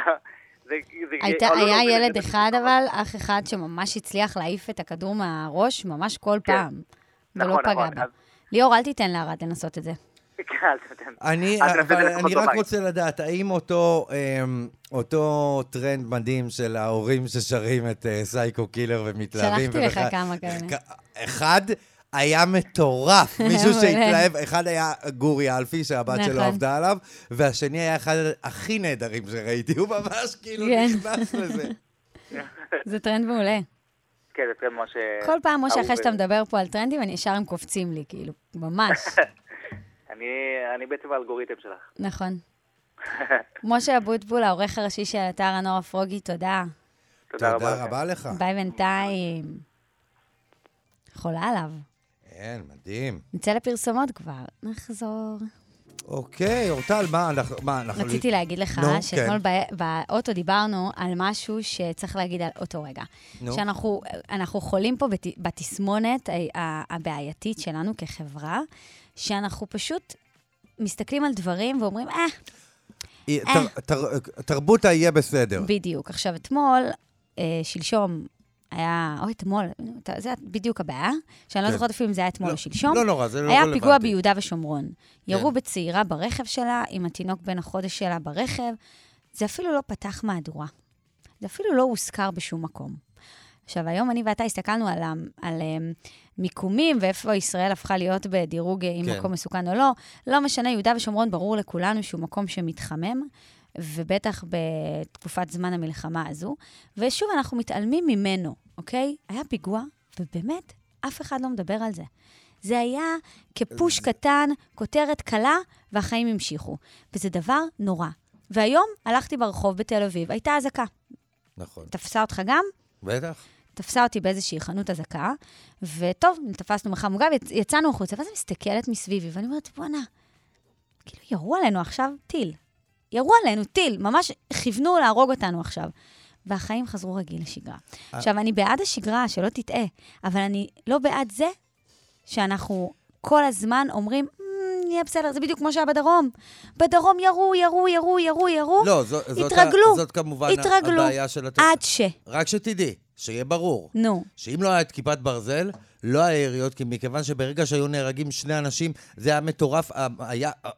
Speaker 5: זה, זה,
Speaker 4: הייתה,
Speaker 5: עלול
Speaker 4: היה
Speaker 5: להוביל את זה
Speaker 4: ילד
Speaker 5: לתקיפה.
Speaker 4: אחד, אבל אח אחד שממש הצליח להעיף את הכדור מהראש, ממש כל
Speaker 5: כן.
Speaker 4: פעם. ולא
Speaker 5: נכון,
Speaker 4: לא פגע
Speaker 5: נכון,
Speaker 4: בה.
Speaker 5: אז-
Speaker 4: ליאור, אל תיתן לערד לנסות את זה.
Speaker 5: כן, כן.
Speaker 3: אני,
Speaker 5: אז נעשה את
Speaker 3: אבל
Speaker 5: זה לפחות
Speaker 3: אני רק
Speaker 5: בבית.
Speaker 3: רוצה לדעת, האם אותו, אמ, אותו טרנד מדהים של ההורים ששרים את אה, סייקו קילר ומתלהבים...
Speaker 4: שלחתי לך
Speaker 3: ובכלל-
Speaker 4: כמה כאלה.
Speaker 3: כ- אחד היה
Speaker 4: [LAUGHS]
Speaker 3: מטורף, מישהו
Speaker 4: מעולה.
Speaker 3: שהתלהב, אחד היה גורי אלפי, שהבת שלו
Speaker 4: נכון.
Speaker 3: עבדה עליו, והשני היה אחד הכי נהדרים שראיתי, הוא ממש כאילו
Speaker 4: כן.
Speaker 3: נכנס
Speaker 4: [LAUGHS]
Speaker 3: לזה.
Speaker 4: זה טרנד מעולה.
Speaker 5: [LAUGHS] כן, זה טרנד ממש... אה,
Speaker 4: כל פעם, משה, אחרי
Speaker 5: אהוב,
Speaker 4: שאתה
Speaker 5: אה,
Speaker 4: מדבר פה על טרנדים, אני ישר הם קופצים לי, כאילו, ממש.
Speaker 5: אני- אני בעצם האלגוריתם שלך.
Speaker 4: נכון. משה אבוטבול, העורך הראשי של אתר הנוער הפרוגי, תודה.
Speaker 5: תודה רבה. כן.
Speaker 3: תודה
Speaker 5: לכם.
Speaker 3: רבה לך.
Speaker 4: ביי בינתיים. חולה עליו.
Speaker 3: כן, מדהים.
Speaker 4: נצא לפרסומות כבר, נחזור.
Speaker 3: אוקיי, אורטל, מה אנחנו... מה, אנחנו...
Speaker 4: רציתי להגיד לך
Speaker 3: נו,
Speaker 4: שאתמול
Speaker 3: כן.
Speaker 4: בא- באוטו דיברנו על משהו שצריך להגיד על אותו רגע.
Speaker 3: נו.
Speaker 4: שאנחנו אנחנו חולים פה בת- בתסמונת ה- ה- הבעייתית שלנו כחברה, שאנחנו פשוט מסתכלים על דברים ואומרים, אה,
Speaker 3: היא- תר- תר- תרבות היהיה בסדר.
Speaker 4: בדיוק. עכשיו, אתמול, אה, שלשום, היה, או אתמול, אתה- זה בדיוק הבעיה, שאני לא
Speaker 3: כן.
Speaker 4: זוכרת אפילו אם זה היה אתמול
Speaker 3: לא,
Speaker 4: או שלשום.
Speaker 3: לא נורא, זה לא
Speaker 4: היה
Speaker 3: רלוונטי. כן.
Speaker 4: פיגוע ביהודה ושומרון. ירו בצעירה ברכב שלה, עם התינוק בן החודש שלה ברכב. זה אפילו לא פתח מהדורה. זה אפילו לא הוזכר בשום מקום. עכשיו, היום אני ואתה הסתכלנו על, ה- על אמ, מיקומים ואיפה ישראל הפכה להיות בדירוג אה, אם
Speaker 3: כן.
Speaker 4: כן. מקום מסוכן או לא. לא משנה, יהודה ושומרון ברור לכולנו שהוא מקום שמתחמם, ובטח בתקופת זמן המלחמה הזו. ושוב, אנחנו מתעלמים ממנו, אוקיי? היה פיגוע, ובאמת, אף אחד לא מדבר על זה. זה היה כפוש קטן, כותרת קלה, והחיים המשיכו. וזה דבר נורא. והיום הלכתי ברחוב בתל אביב, הייתה אזעקה.
Speaker 3: נכון.
Speaker 4: תפסה אותך גם?
Speaker 3: בטח.
Speaker 4: תפסה אותי באיזושהי חנות אזעקה, וטוב, תפסנו מרחב מוגן, ויצ- יצאנו החוצה, ואז היא מסתכלת מסביבי, ואני אומרת, בואנה, כאילו ירו עלינו עכשיו טיל. ירו עלינו טיל, ממש כיוונו להרוג אותנו עכשיו. והחיים חזרו רגיל לשגרה.
Speaker 3: אה.
Speaker 4: עכשיו, אני בעד השגרה, שלא תטעה, אבל אני לא בעד זה שאנחנו כל הזמן אומרים, "מ, יהיה בסדר, זה בדיוק כמו שהיה בדרום. בדרום ירו, ירו, ירו, ירו, ירו,
Speaker 3: לא, זו- זאת ה-
Speaker 4: התרגלו,
Speaker 3: זאת כמובן
Speaker 4: התרגלו,
Speaker 3: הבעיה של התוצאה.
Speaker 4: עד ש...
Speaker 3: רק שתדעי, שיהיה ברור.
Speaker 4: נו.
Speaker 3: שאם לא היה את כיפת ברזל, לא היה יריות, כי מכיוון שברגע שהיו נהרגים שני אנשים, זה היה מטורף. ה- היה... ה-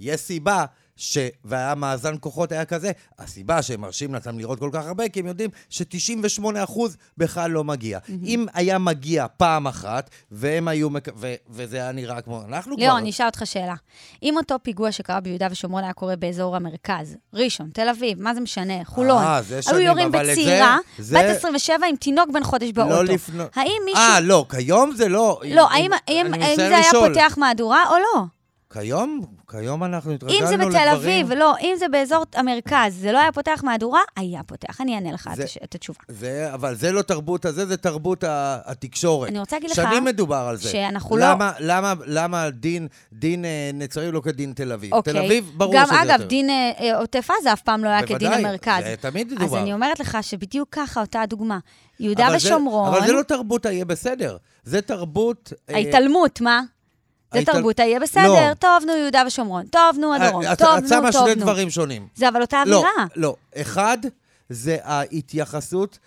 Speaker 3: יש סיבה ש... והיה מאזן כוחות היה כזה, הסיבה שהם מרשים לעצמם לראות כל כך הרבה, כי הם יודעים ש-98% בכלל לא מגיע. אם היה מגיע פעם אחת, והם היו... מק... ו... וזה היה נראה כמו... אנחנו
Speaker 4: ליאור,
Speaker 3: כבר...
Speaker 4: לא, אני אשאל אותך שאלה. אם אותו פיגוע שקרה ביהודה ושומרון היה קורה באזור המרכז, ראשון, תל אביב, מה זה משנה, חולון,
Speaker 3: אה, זה
Speaker 4: היו
Speaker 3: שנים,
Speaker 4: יורים
Speaker 3: אבל את זה-
Speaker 4: בצעירה,
Speaker 3: זה-
Speaker 4: בת 27 עם תינוק בן חודש באוטו.
Speaker 3: לא לפנות...
Speaker 4: האם מישהו...
Speaker 3: אה, לא, כיום זה לא...
Speaker 4: לא, האם האם-
Speaker 3: אני
Speaker 4: האם
Speaker 3: מנסה
Speaker 4: זה היה
Speaker 3: לשאול.
Speaker 4: פותח מהדורה או לא?
Speaker 3: כיום? כיום אנחנו התרגלנו
Speaker 4: אם
Speaker 3: לדברים...
Speaker 4: זה בתל אביב, לא, אם זה באזור המרכז, זה לא היה פותח מהדורה, היה פותח. אני אענה לך את
Speaker 3: זה-
Speaker 4: הש- את התשובה.
Speaker 3: זה, אבל זה לא תרבות הזה, זה תרבות ה- התקשורת.
Speaker 4: אני רוצה להגיד לך
Speaker 3: שנים מדובר על זה.
Speaker 4: שאנחנו לא-
Speaker 3: למה, לא... למה, למה דין, דין אה, נצרים לא כדין תל אביב?
Speaker 4: אוקיי.
Speaker 3: תל אביב, ברור
Speaker 4: גם,
Speaker 3: שזה
Speaker 4: אגב,
Speaker 3: יותר.
Speaker 4: דין אה, אה, עוטף עזה אף פעם לא היה
Speaker 3: בוודאי,
Speaker 4: כדין המרכז.
Speaker 3: זה תמיד
Speaker 4: אז
Speaker 3: דובר.
Speaker 4: אני אומרת לך שבדיוק ככה, אותה הדוגמה. יהודה
Speaker 3: אבל זה-
Speaker 4: ושומרון...
Speaker 3: אבל זה לא תרבות ה"יהיה בסדר". זה תרבות... אה,
Speaker 4: ההתעלמות, מה? זה
Speaker 3: ההתעל-
Speaker 4: תרבות ה"יהיה בסדר",
Speaker 3: לא. אה,
Speaker 4: טוב, נו, יהודה ושומרון, טוב, נו, הדרום,
Speaker 3: את-
Speaker 4: טוב,
Speaker 3: את
Speaker 4: נו,
Speaker 3: שמה
Speaker 4: טוב,
Speaker 3: שני
Speaker 4: נו.
Speaker 3: דברים שונים.
Speaker 4: זה אבל אותה
Speaker 3: לא,
Speaker 4: אמירה.
Speaker 3: לא. אחד, זה ההתייחסות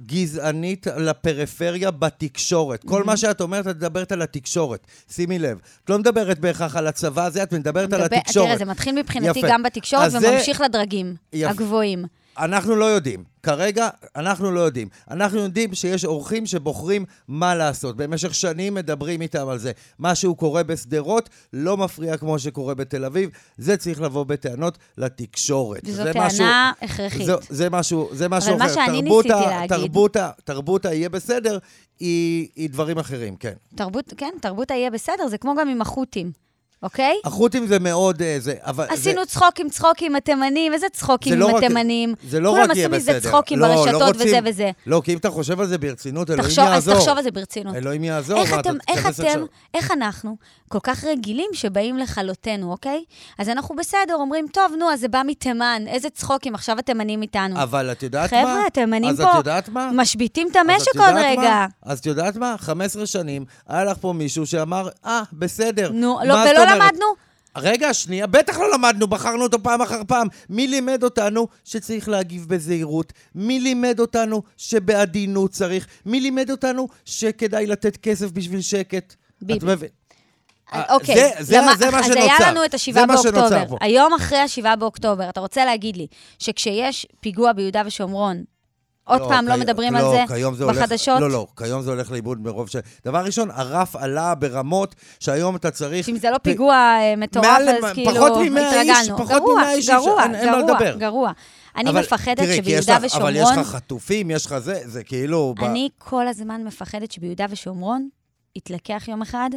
Speaker 3: הגזענית לפריפריה בתקשורת. כל מה שאת אומרת, את מדברת על התקשורת. שימי לב, את לא מדברת בהכרח על הצבא הזה, את מדברת על
Speaker 4: מדבר-
Speaker 3: התקשורת.
Speaker 4: תראה, זה מתחיל מבחינתי
Speaker 3: יפה.
Speaker 4: גם בתקשורת
Speaker 3: אז זה-
Speaker 4: וממשיך לדרגים
Speaker 3: יפה.
Speaker 4: הגבוהים.
Speaker 3: אנחנו לא יודעים. כרגע אנחנו לא יודעים. אנחנו יודעים שיש אורחים שבוחרים מה לעשות. במשך שנים מדברים איתם על זה. מה שהוא קורה בשדרות לא מפריע כמו שקורה בתל אביב. זה צריך לבוא בטענות לתקשורת.
Speaker 4: וזו
Speaker 3: זה
Speaker 4: טענה
Speaker 3: משהו-
Speaker 4: הכרחית.
Speaker 3: זו- זה משהו, זה משהו
Speaker 4: מה
Speaker 3: אחר.
Speaker 4: שאני
Speaker 3: תרבות
Speaker 4: ניסיתי
Speaker 3: ה-
Speaker 4: להגיד-
Speaker 3: תרבות ה- תרבות ה"יהיה בסדר" היא היא דברים אחרים, כן.
Speaker 4: תרבות, כן, תרבות ה"יהיה בסדר", זה כמו גם עם החות'ים, אוקיי?
Speaker 3: החות'ים זה מאוד... אה, זה- אבל- זה-
Speaker 4: עשינו צחוק עם צחוק עם התימנים, איזה צחוקים
Speaker 3: זה לא
Speaker 4: עם
Speaker 3: רק-
Speaker 4: התימנים.
Speaker 3: זה לא
Speaker 4: כאילו, כולם
Speaker 3: רק יהיה
Speaker 4: עשו מזה
Speaker 3: בסדר.
Speaker 4: צחוקים
Speaker 3: לא, לא
Speaker 4: ברשתות וזה
Speaker 3: רוצים-
Speaker 4: וזה.
Speaker 3: לא, כי אם אתה חושב על זה ברצינות, אלוהים
Speaker 4: תחשוב,
Speaker 3: יעזור.
Speaker 4: אז תחשוב על זה ברצינות.
Speaker 3: אלוהים יעזור.
Speaker 4: איך
Speaker 3: מה, אתה
Speaker 4: אתם, איך
Speaker 3: תיכנס
Speaker 4: אתם,
Speaker 3: עכשיו-
Speaker 4: איך אנחנו כל כך רגילים שבאים לכלותנו, אוקיי? אז אנחנו בסדר, אומרים, טוב, נו, אז זה בא מתימן, איזה צחוקים, עכשיו התימנים איתנו.
Speaker 3: אבל את יודעת מה?
Speaker 4: חבר'ה, התימנים
Speaker 3: אז
Speaker 4: פה
Speaker 3: את יודעת מה?
Speaker 4: משביתים את
Speaker 3: אז את
Speaker 4: המשק עוד
Speaker 3: יודעת
Speaker 4: רגע.
Speaker 3: מה? אז את יודעת מה? 15 שנים, היה לך פה מישהו שאמר, אה, בסדר.
Speaker 4: נו,
Speaker 3: מה
Speaker 4: לא,
Speaker 3: זאת
Speaker 4: ולא
Speaker 3: אומרת?
Speaker 4: למדנו?
Speaker 3: רגע, שנייה, בטח לא למדנו, בחרנו אותו פעם אחר פעם. מי לימד אותנו שצריך להגיב בזהירות? מי לימד אותנו שבעדינות צריך? מי לימד אותנו שכדאי לתת כסף בשביל שקט?
Speaker 4: ביבי.
Speaker 3: את מבין?
Speaker 4: אה,
Speaker 3: אה,
Speaker 4: אוקיי,
Speaker 3: זה- זה-
Speaker 4: למה-
Speaker 3: זה מה
Speaker 4: אז היה
Speaker 3: שנוצר.
Speaker 4: לנו את
Speaker 3: זה
Speaker 4: השבעה
Speaker 3: מה שנוצר
Speaker 4: באוקטובר. אה,
Speaker 3: פה.
Speaker 4: היום אחרי השבעה באוקטובר, אתה רוצה להגיד לי שכשיש פיגוע ביהודה ושומרון, עוד פעם לא
Speaker 3: כיום-
Speaker 4: מדברים
Speaker 3: לא,
Speaker 4: על
Speaker 3: כיום
Speaker 4: זה
Speaker 3: הולך-
Speaker 4: בחדשות?
Speaker 3: לא, לא, כיום זה הולך לאיבוד מרוב ש... דבר ראשון, הרף עלה ברמות שהיום אתה צריך...
Speaker 4: שאם זה לא פיגוע אה, מטורף,
Speaker 3: מעל-
Speaker 4: אז כאילו
Speaker 3: פחות מ-100 איש,
Speaker 4: התרגלנו.
Speaker 3: פחות
Speaker 4: גרוע,
Speaker 3: מ-100 איש,
Speaker 4: גרוע,
Speaker 3: אין- אין מה
Speaker 4: גרוע,
Speaker 3: לדבר.
Speaker 4: גרוע. אני
Speaker 3: אבל-
Speaker 4: מפחדת
Speaker 3: תראי, כי יש
Speaker 4: שביהודה
Speaker 3: לך- אבל יש
Speaker 4: ושומרון,
Speaker 3: לך חטופים, יש לך זה, זה כאילו... ב-
Speaker 4: אני כל הזמן מפחדת שביהודה ושומרון יתלקח יום אחד,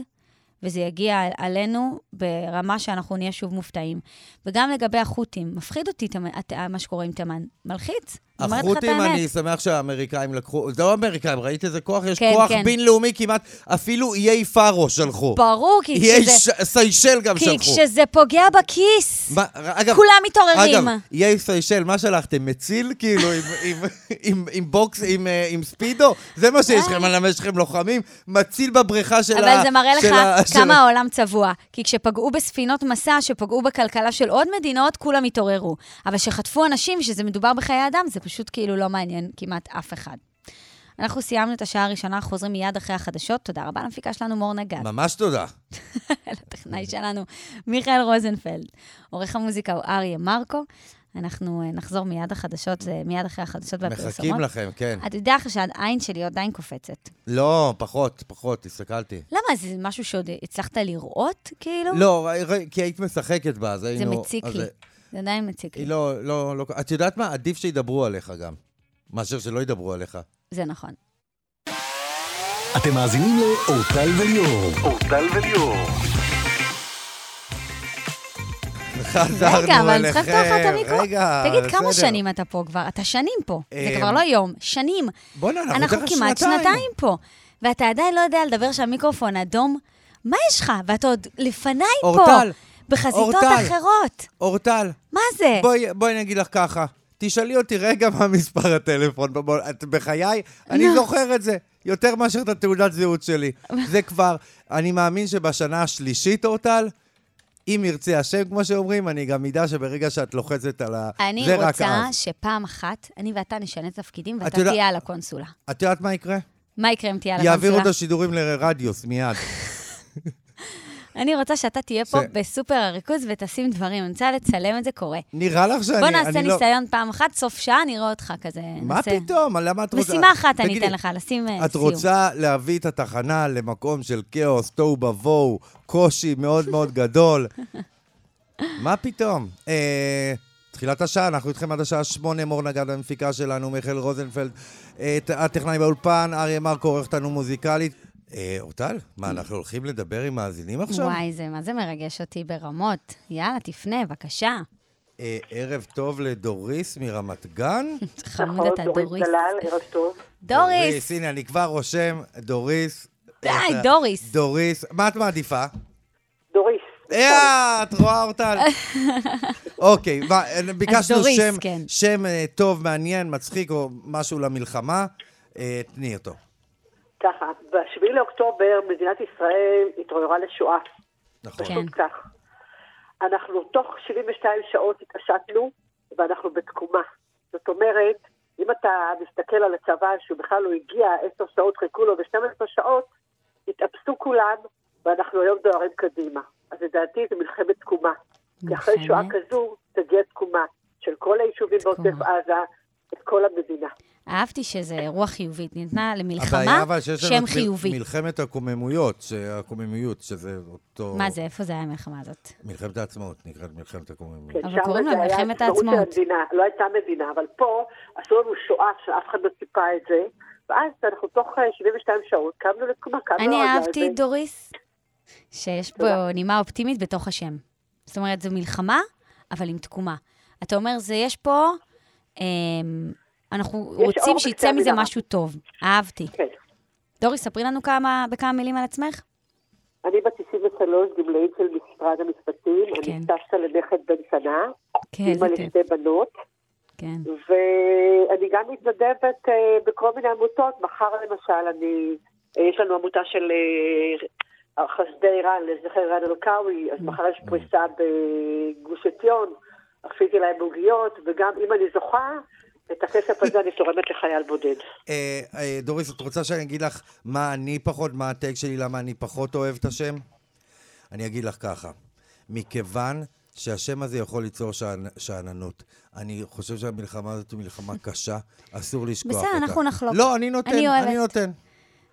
Speaker 4: וזה יגיע על- עלינו ברמה שאנחנו נהיה שוב מופתעים. וגם לגבי החות'ים, מפחיד אותי תמ- הת- מה שקורה עם תימן. מלחיץ, אני אומרת לך את
Speaker 3: החות'ים,
Speaker 4: האמת.
Speaker 3: אני שמח שהאמריקאים לקחו, זה לא אמריקאים, ראית איזה כוח? יש
Speaker 4: כן,
Speaker 3: כוח
Speaker 4: כן.
Speaker 3: בינלאומי כמעט, אפילו איי פארו שלחו.
Speaker 4: ברור, כי
Speaker 3: איי
Speaker 4: כשזה-
Speaker 3: ש- סיישל גם
Speaker 4: כי
Speaker 3: שלחו.
Speaker 4: כשזה פוגע בכיס,
Speaker 3: מה, אגב,
Speaker 4: כולם מתעוררים.
Speaker 3: אגב, איי סיישל, מה שלחתם? מציל? כאילו, עם, עם, עם, עם בוקס, עם, אה, עם ספידו? זה מה שיש לכם, למה יש לכם לוחמים? מציל בבריכה של ה...
Speaker 4: אה. אבל זה מראה לך
Speaker 3: של ה- של
Speaker 4: כמה
Speaker 3: ה-
Speaker 4: העולם צבוע. כי כשפגעו בספינות מסע, שפגעו בכלכלה של עוד מדינות, כולם התעוררו. אבל כשחטפו אנשים, שזה מדובר בחיי אדם, זה פשוט כאילו לא מעניין כמעט אף אחד. אנחנו סיימנו את השעה הראשונה, חוזרים מיד אחרי החדשות. תודה רבה למפיקה שלנו, מור נגד.
Speaker 3: ממש תודה.
Speaker 4: לטכנאי שלנו, מיכאל רוזנפלד. עורך המוזיקה הוא אריה מרקו. אנחנו אה, נחזור מיד החדשות, אה, מיד אחרי החדשות והפרסומות.
Speaker 3: מחכים לכם, כן.
Speaker 4: אתה יודע לך שהעין שלי עדיין קופצת.
Speaker 3: לא, פחות, פחות, הסתכלתי.
Speaker 4: למה, זה משהו שעוד הצלחת לראות, כאילו?
Speaker 3: לא, ר- ר- כי היית משחקת בה, אז
Speaker 4: זה
Speaker 3: היינו...
Speaker 4: מציק
Speaker 3: אז
Speaker 4: לי.
Speaker 3: זה-
Speaker 4: זה עדיין מציק לי.
Speaker 3: היא לא, לא, לא... את יודעת מה? עדיף שידברו עליך גם, מאשר שלא ידברו עליך.
Speaker 4: זה נכון.
Speaker 1: אתם מאזינים לאורטל וליאור.
Speaker 5: אורטל וליאור.
Speaker 3: חזרנו
Speaker 4: רגע, אבל אני
Speaker 3: אליכם.
Speaker 4: צריכה לפתוח לך את המיקרו.
Speaker 3: רגע,
Speaker 4: תגיד, כמה
Speaker 3: בסדר.
Speaker 4: שנים אתה פה כבר? אתה שנים פה. זה
Speaker 3: אמ,
Speaker 4: כבר לא יום, שנים.
Speaker 3: בוא'נה, אנחנו
Speaker 4: אנחנו
Speaker 3: תכף
Speaker 4: כמעט
Speaker 3: שנתיים.
Speaker 4: שנתיים פה. ואתה עדיין לא יודע לדבר שהמיקרופון אדום? מה יש לך? ואתה עוד לפניי פה.
Speaker 3: אורטל,
Speaker 4: בחזיתות
Speaker 3: אורטל.
Speaker 4: אחרות.
Speaker 3: אורטל,
Speaker 4: מה זה?
Speaker 3: בואי, בואי אני אגיד לך ככה. תשאלי אותי רגע מה מספר הטלפון, בוא- את בחיי, אני
Speaker 4: נו.
Speaker 3: זוכר את זה יותר מאשר את התעודת זהות שלי. זה כבר, אני מאמין שבשנה השלישית, אורטל, אם ירצה השם, כמו שאומרים, אני גם אדע שברגע שאת לוחצת על ה...
Speaker 4: אני
Speaker 3: זה רק
Speaker 4: רוצה
Speaker 3: אז.
Speaker 4: שפעם אחת, אני ואתה נשנה תפקידים,
Speaker 3: את
Speaker 4: ואתה
Speaker 3: יודע-
Speaker 4: תהיה על הקונסולה.
Speaker 3: את יודעת מה יקרה?
Speaker 4: מה יקרה אם תהיה על
Speaker 3: יעבירו את
Speaker 4: הקונסולה?
Speaker 3: השידורים לרדיוס מיד.
Speaker 4: אני רוצה שאתה תהיה פה
Speaker 3: זה-
Speaker 4: בסופר הריכוז ותשים דברים. אני רוצה לצלם את זה קורה.
Speaker 3: נראה לך שאני...
Speaker 4: בוא
Speaker 3: אני
Speaker 4: נעשה
Speaker 3: לא-
Speaker 4: ניסיון פעם אחת, סוף שעה, נראה אותך כזה.
Speaker 3: מה
Speaker 4: נעשה-
Speaker 3: פתאום? למה את רוצה...
Speaker 4: משימה אחת אני
Speaker 3: תגידי,
Speaker 4: אתן לך, לשים אה,
Speaker 3: את
Speaker 4: סיום.
Speaker 3: רוצה להביא את התחנה למקום של כאוס, תוהו ובוהו, קושי מאוד מאוד
Speaker 4: [LAUGHS]
Speaker 3: גדול. מה פתאום? אה, תחילת השעה, אנחנו איתכם עד השעה שמונה, מור נגד המפיקה שלנו, מיכאל רוזנפלד, אה, ת- הטכנאי באולפן, אריה מרקו עורך אותנו מוזיקלית. אה, אורטל, מה, אנחנו הולכים לדבר עם מאזינים עכשיו?
Speaker 4: וואי, זה מה זה מרגש אותי ברמות. יאללה, תפנה, בבקשה.
Speaker 3: אה, ערב טוב לדוריס מרמת גן.
Speaker 4: [LAUGHS] חמוד אתה, דוריס.
Speaker 6: נכון, ערב טוב.
Speaker 4: דוריס!
Speaker 3: הנה, אני כבר רושם, דוריס.
Speaker 4: די,
Speaker 3: אה,
Speaker 4: דוריס.
Speaker 3: דוריס. מה את מעדיפה?
Speaker 6: דוריס.
Speaker 3: אה, את רואה
Speaker 4: [LAUGHS]
Speaker 3: אורטל? אוקיי, מה, ביקשנו
Speaker 4: דוריס,
Speaker 3: שם,
Speaker 4: כן.
Speaker 3: שם אה, טוב, מעניין, מצחיק או משהו למלחמה. אה, תני אותו.
Speaker 6: ככה, ב-7 לאוקטובר מדינת ישראל התעוררה לשואה.
Speaker 3: נכון.
Speaker 4: כן.
Speaker 6: פשוט כך. אנחנו תוך 72 שעות התעשתנו, ואנחנו בתקומה. זאת אומרת, אם אתה מסתכל על הצבא, שהוא בכלל לא הגיע, 10 שעות חיכו לו ו-12 שעות, התאפסו כולם, ואנחנו היום דוהרים קדימה. אז לדעתי זו מלחמת תקומה. כי אחרי
Speaker 4: מלחמת.
Speaker 6: שואה כזו, תגיע תקומה של כל היישובים בעוטף
Speaker 4: תקומה.
Speaker 6: עזה, את כל המדינה.
Speaker 4: אהבתי שזה אירוע חיובית. ניתנה
Speaker 3: הבעיה
Speaker 4: למלחמה
Speaker 3: אבל שיש לנו
Speaker 4: שם
Speaker 3: את מל-
Speaker 4: חיובי.
Speaker 3: מלחמת הקוממויות, שהקוממיות, שזה אותו...
Speaker 4: מה זה? איפה זה היה המלחמה הזאת?
Speaker 6: לא,
Speaker 3: מלחמת העצמאות נקראת מלחמת הקוממיות.
Speaker 6: כן,
Speaker 4: אבל
Speaker 6: שם
Speaker 4: קוראים לה
Speaker 6: זה היה
Speaker 4: מלחמת
Speaker 6: עצמאות של
Speaker 4: העצמאות.
Speaker 6: המדינה, לא הייתה מדינה, אבל פה עשו לנו שואה שאף אחד לא ציפה את זה, ואז אנחנו תוך אה, 72 שעות קמנו לתקומה, קמנו
Speaker 4: אני
Speaker 6: על
Speaker 4: אהבתי
Speaker 6: לא, זה.
Speaker 4: את דוריס, שיש בו
Speaker 6: תודה.
Speaker 4: נימה אופטימית בתוך השם. זאת אומרת, זו מלחמה, אבל עם תקומה. אתה אומר, זה יש פה... אמ, אנחנו
Speaker 6: אור
Speaker 4: רוצים
Speaker 6: בקצה
Speaker 4: שיצא מזה
Speaker 6: המנהרה.
Speaker 4: משהו טוב. אהבתי.
Speaker 6: כן.
Speaker 4: דוריס, ספרי לנו כמה, בכמה מילים על עצמך.
Speaker 6: אני בת 93, גמלאית של משרד המשפטים, אני
Speaker 4: כן.
Speaker 6: סבתא לנכד בן שנה,
Speaker 4: כן,
Speaker 6: אימא
Speaker 4: איזה כיף.
Speaker 6: לשתי בנות,
Speaker 4: כן.
Speaker 6: ואני גם מתנדבת אה, בכל מיני עמותות, מחר למשל אני, אה, יש לנו עמותה של אה, חסדי איראן לזכר איראן אלקאווי, אז מחר יש פריסה בגוש עציון, עשיתי להם עוגיות, וגם אם אני זוכה, את הכסף הזה אני תורמת לחייל בודד.
Speaker 3: אה, אה, דוריס, את רוצה שאני אגיד לך מה אני פחות, מה הטייק שלי, למה אני פחות אוהב את השם? אני אגיד לך ככה, מכיוון שהשם הזה יכול ליצור שאנ... שאננות. אני חושב שהמלחמה הזאת היא מלחמה קשה, אסור לשכוח
Speaker 4: בסדר,
Speaker 3: אותה.
Speaker 4: אנחנו נחלוק.
Speaker 3: לא, אני נותן,
Speaker 4: אני
Speaker 3: אני,
Speaker 4: אוהבת.
Speaker 3: אני נותן.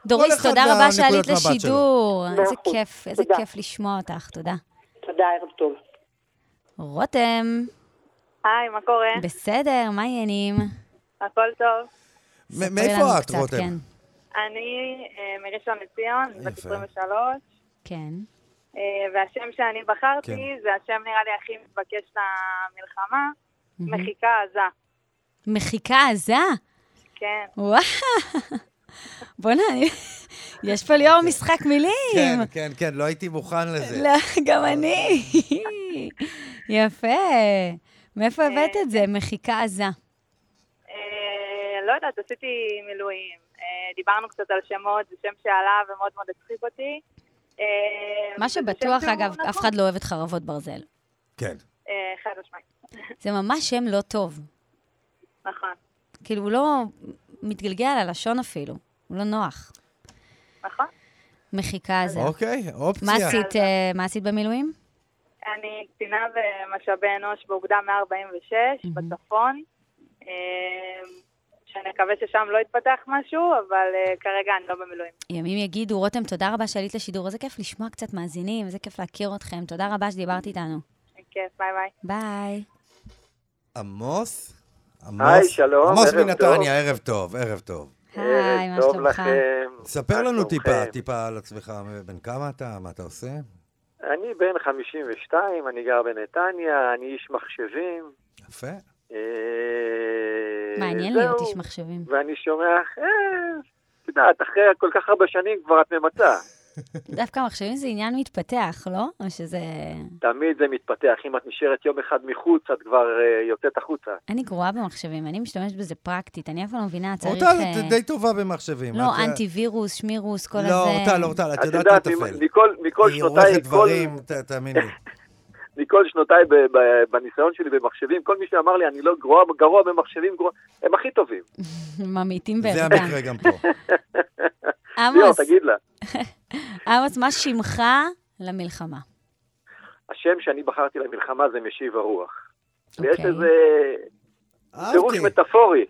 Speaker 4: דוריס,
Speaker 3: אחד
Speaker 4: תודה רבה
Speaker 3: והנקודת
Speaker 4: שעלית
Speaker 3: מבט שלו.
Speaker 4: לשידור.
Speaker 6: מאה
Speaker 4: איזה
Speaker 6: אחוז.
Speaker 4: כיף, איזה
Speaker 6: תודה.
Speaker 4: כיף לשמוע אותך, תודה.
Speaker 6: תודה, ערב טוב.
Speaker 4: רותם,
Speaker 7: היי, מה קורה?
Speaker 4: בסדר, מה העניינים?
Speaker 7: הכל טוב.
Speaker 3: מ-
Speaker 4: ספרי לנו
Speaker 3: מאיפה את,
Speaker 4: קצת,
Speaker 3: רותם?
Speaker 4: כן,
Speaker 7: אני אה, מראשון לציון, אני בת
Speaker 3: יפה.
Speaker 7: 23,
Speaker 4: כן.
Speaker 7: אה, והשם שאני בחרתי
Speaker 3: כן.
Speaker 7: זה השם נראה לי הכי מתבקש למלחמה, מחיקה עזה.
Speaker 4: מחיקה עזה?
Speaker 7: כן,
Speaker 4: וואו. בוא'נה, אני- יש פה ליאור משחק
Speaker 3: כן,
Speaker 4: מילים.
Speaker 3: כן, כן, לא הייתי מוכן לזה.
Speaker 4: לא, גם אני. יפה. מאיפה הבאת את זה? מחיקה עזה.
Speaker 7: אה, לא יודעת, עשיתי מילואים. אה, דיברנו קצת על שמות, זה שם שעלה ומאוד מאוד הצחיק אותי. אה,
Speaker 4: מה
Speaker 7: וזה שם
Speaker 4: שבטוח,
Speaker 7: שהוא
Speaker 4: אגב, אף
Speaker 7: נכון.
Speaker 4: אחד לא אוהב את חרבות ברזל.
Speaker 3: כן.
Speaker 7: אה, חד משמעית,
Speaker 4: זה ממש שם לא טוב.
Speaker 7: נכון.
Speaker 4: כאילו, הוא לא מתגלגל על הלשון אפילו, הוא לא נוח.
Speaker 7: נכון?
Speaker 4: מחיקה זה.
Speaker 3: אוקיי, אופציה.
Speaker 4: מה עשית, אה, מה עשית במילואים?
Speaker 7: אני קצינה במשאבי אנוש באוגדה 146 בצפון. אה, שאני מקווה ששם לא יתפתח משהו, אבל אה, כרגע אני לא במילואים.
Speaker 4: ימים יגידו, רותם, תודה רבה שעלית לשידור, איזה כיף לשמוע קצת מאזינים, איזה כיף להכיר אתכם, תודה רבה שדיברת איתנו.
Speaker 7: כן, ביי ביי.
Speaker 4: ביי.
Speaker 3: עמוס? עמוס?
Speaker 6: היי, שלום,
Speaker 3: עמוס
Speaker 6: ערב טוב.
Speaker 3: מנתניה, ערב טוב, ערב טוב.
Speaker 4: היי, מה
Speaker 6: ערב אה, טוב
Speaker 4: שלומך?
Speaker 6: לכם.
Speaker 3: ספר
Speaker 6: מה
Speaker 3: לנו טיפה,
Speaker 6: שלומכם?
Speaker 3: טיפה על עצמך, בן כמה אתה, מה אתה עושה?
Speaker 6: אני בן 52, אני גר בנתניה, אני איש מחשבים.
Speaker 3: יפה.
Speaker 6: אה,
Speaker 4: מעניין להיות
Speaker 6: זהו.
Speaker 4: איש מחשבים.
Speaker 6: ואני שומע, אה, את יודעת, אחרי כל כך הרבה שנים כבר את ממצה.
Speaker 4: דווקא מחשבים זה עניין מתפתח, לא? או שזה...
Speaker 6: תמיד זה מתפתח. אם את נשארת יום אחד מחוץ, את כבר אה, יוצאת החוצה.
Speaker 4: אני גרועה במחשבים, אני משתמשת בזה פרקטית, אני אף פעם לא מבינה, צריך...
Speaker 3: אורטל,
Speaker 4: אה,
Speaker 3: את די טובה במחשבים. את,
Speaker 4: לא,
Speaker 3: אה,
Speaker 4: אנטיווירוס, שמירוס, כל הזה.
Speaker 3: לא, אורטל, אורטל, את
Speaker 6: את
Speaker 3: יודעת
Speaker 6: יודעת,
Speaker 3: לטפל.
Speaker 6: מכל- מכל
Speaker 3: היא
Speaker 6: שנותיי,
Speaker 3: עורכת
Speaker 6: כל-
Speaker 3: דברים, ת- תאמין לי.
Speaker 6: מכל שנותיי ב- ב- בניסיון שלי במחשבים, כל מי שאמר לי, אני לא גרוע, גרוע במחשבים, גרוע, הם הכי טובים.
Speaker 4: ממעיטים
Speaker 3: זה
Speaker 4: בערכה.
Speaker 3: המקרה גם פה.
Speaker 6: ליאור,
Speaker 4: עמוס,
Speaker 6: לא, תגיד לה.
Speaker 4: עמוס, מה שמך למלחמה?
Speaker 6: השם שאני בחרתי למלחמה זה משיב הרוח. ויש
Speaker 4: אוקיי.
Speaker 6: איזה [LAUGHS] פירוש
Speaker 3: אהבתי.
Speaker 6: מטאפורי.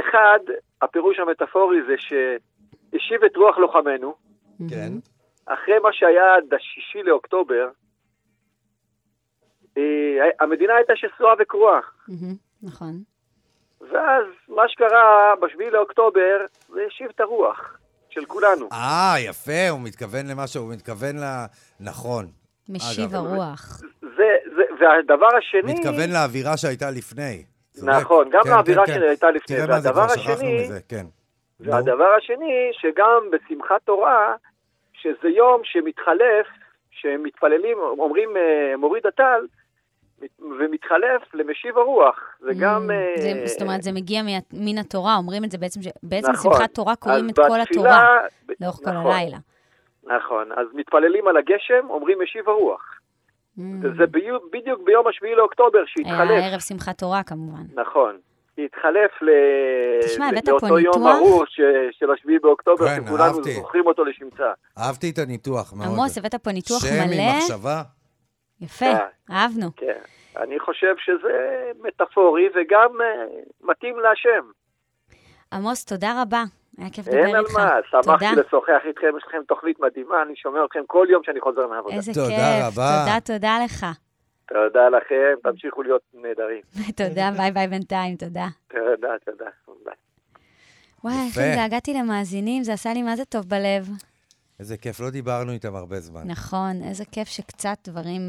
Speaker 6: אחד, הפירוש המטאפורי זה שהשיב את רוח לוחמינו,
Speaker 3: כן.
Speaker 6: אחרי מה שהיה עד השישי לאוקטובר, אה, המדינה הייתה שסועה וקרועה.
Speaker 4: מהמם,
Speaker 3: אה,
Speaker 4: נכון.
Speaker 6: ואז מה שקרה בשביעי לאוקטובר, זה השיב את הרוח של כולנו.
Speaker 3: אה, יפה, הוא מתכוון למשהו, הוא מתכוון ל... נכון.
Speaker 4: משיב
Speaker 3: אגב,
Speaker 4: הרוח.
Speaker 6: זה, זה, והדבר השני...
Speaker 3: מתכוון לאווירה שהייתה לפני. צודק.
Speaker 6: נכון, גם
Speaker 3: כן,
Speaker 6: לאווירה
Speaker 3: כן, כן.
Speaker 6: שהייתה לפני.
Speaker 3: תראה מה זה, כבר
Speaker 6: והדבר
Speaker 3: שכחנו
Speaker 6: השני-
Speaker 3: מזה, כן. נו.
Speaker 6: והדבר השני, שגם בשמחת תורה, שזה יום שמתחלף, שמתפללים, אומרים אה, מוריד הטל, מת- ומתחלף למשיב הרוח. זה גם...
Speaker 4: אה, זה-
Speaker 6: אה,
Speaker 4: זאת אומרת, זה מגיע מה- מן התורה, אומרים את זה בעצם, ש- בעצם
Speaker 6: נכון.
Speaker 4: שמחת תורה קוראים
Speaker 6: אז
Speaker 4: את כל
Speaker 6: בתפילה-
Speaker 4: התורה
Speaker 6: ב-
Speaker 4: לאורך כל
Speaker 6: נכון,
Speaker 4: הלילה.
Speaker 6: נכון, אז מתפללים על הגשם, אומרים משיב הרוח.
Speaker 4: Mm.
Speaker 6: זה ביו- בדיוק ביום השביעי לאוקטובר
Speaker 4: היה
Speaker 6: שהתחלף.
Speaker 4: ערב שמחת תורה כמובן.
Speaker 6: נכון. התחלף ל-
Speaker 4: תשמע, הבאת פה
Speaker 6: לאותו יום
Speaker 4: ניתוח?
Speaker 6: ארור ש- של השביעי באוקטובר,
Speaker 3: כן,
Speaker 6: שכולנו
Speaker 3: אהבתי.
Speaker 6: זוכרים אותו לשמצה.
Speaker 3: אהבתי את הניתוח מאוד.
Speaker 4: עמוס, הבאת פה ניתוח
Speaker 3: שם עם
Speaker 4: מלא.
Speaker 3: מחשבה.
Speaker 4: יפה,
Speaker 6: אה.
Speaker 4: אהבנו.
Speaker 6: כן. אני חושב שזה מטאפורי וגם אה, מתאים להשם.
Speaker 4: עמוס, תודה רבה. היה כיף לדבר איתך.
Speaker 6: אין על מה, שמחתי
Speaker 4: תודה.
Speaker 6: לשוחח איתכם, יש לכם תוכנית מדהימה, אני שומע אתכם כל יום שאני חוזר מהעבודה.
Speaker 4: איזה
Speaker 3: תודה
Speaker 4: כיף.
Speaker 3: רבה.
Speaker 4: תודה, תודה לך. [LAUGHS] אה.
Speaker 6: תודה לכם, תמשיכו להיות נהדרים.
Speaker 4: תודה, ביי ביי בינתיים, תודה.
Speaker 6: תודה, תודה. ביי.
Speaker 4: וואי, איך
Speaker 3: יפה.
Speaker 4: התגעגעתי למאזינים, זה עשה לי מה זה טוב בלב.
Speaker 3: איזה כיף, לא דיברנו איתם הרבה זמן.
Speaker 4: נכון, איזה כיף שקצת דברים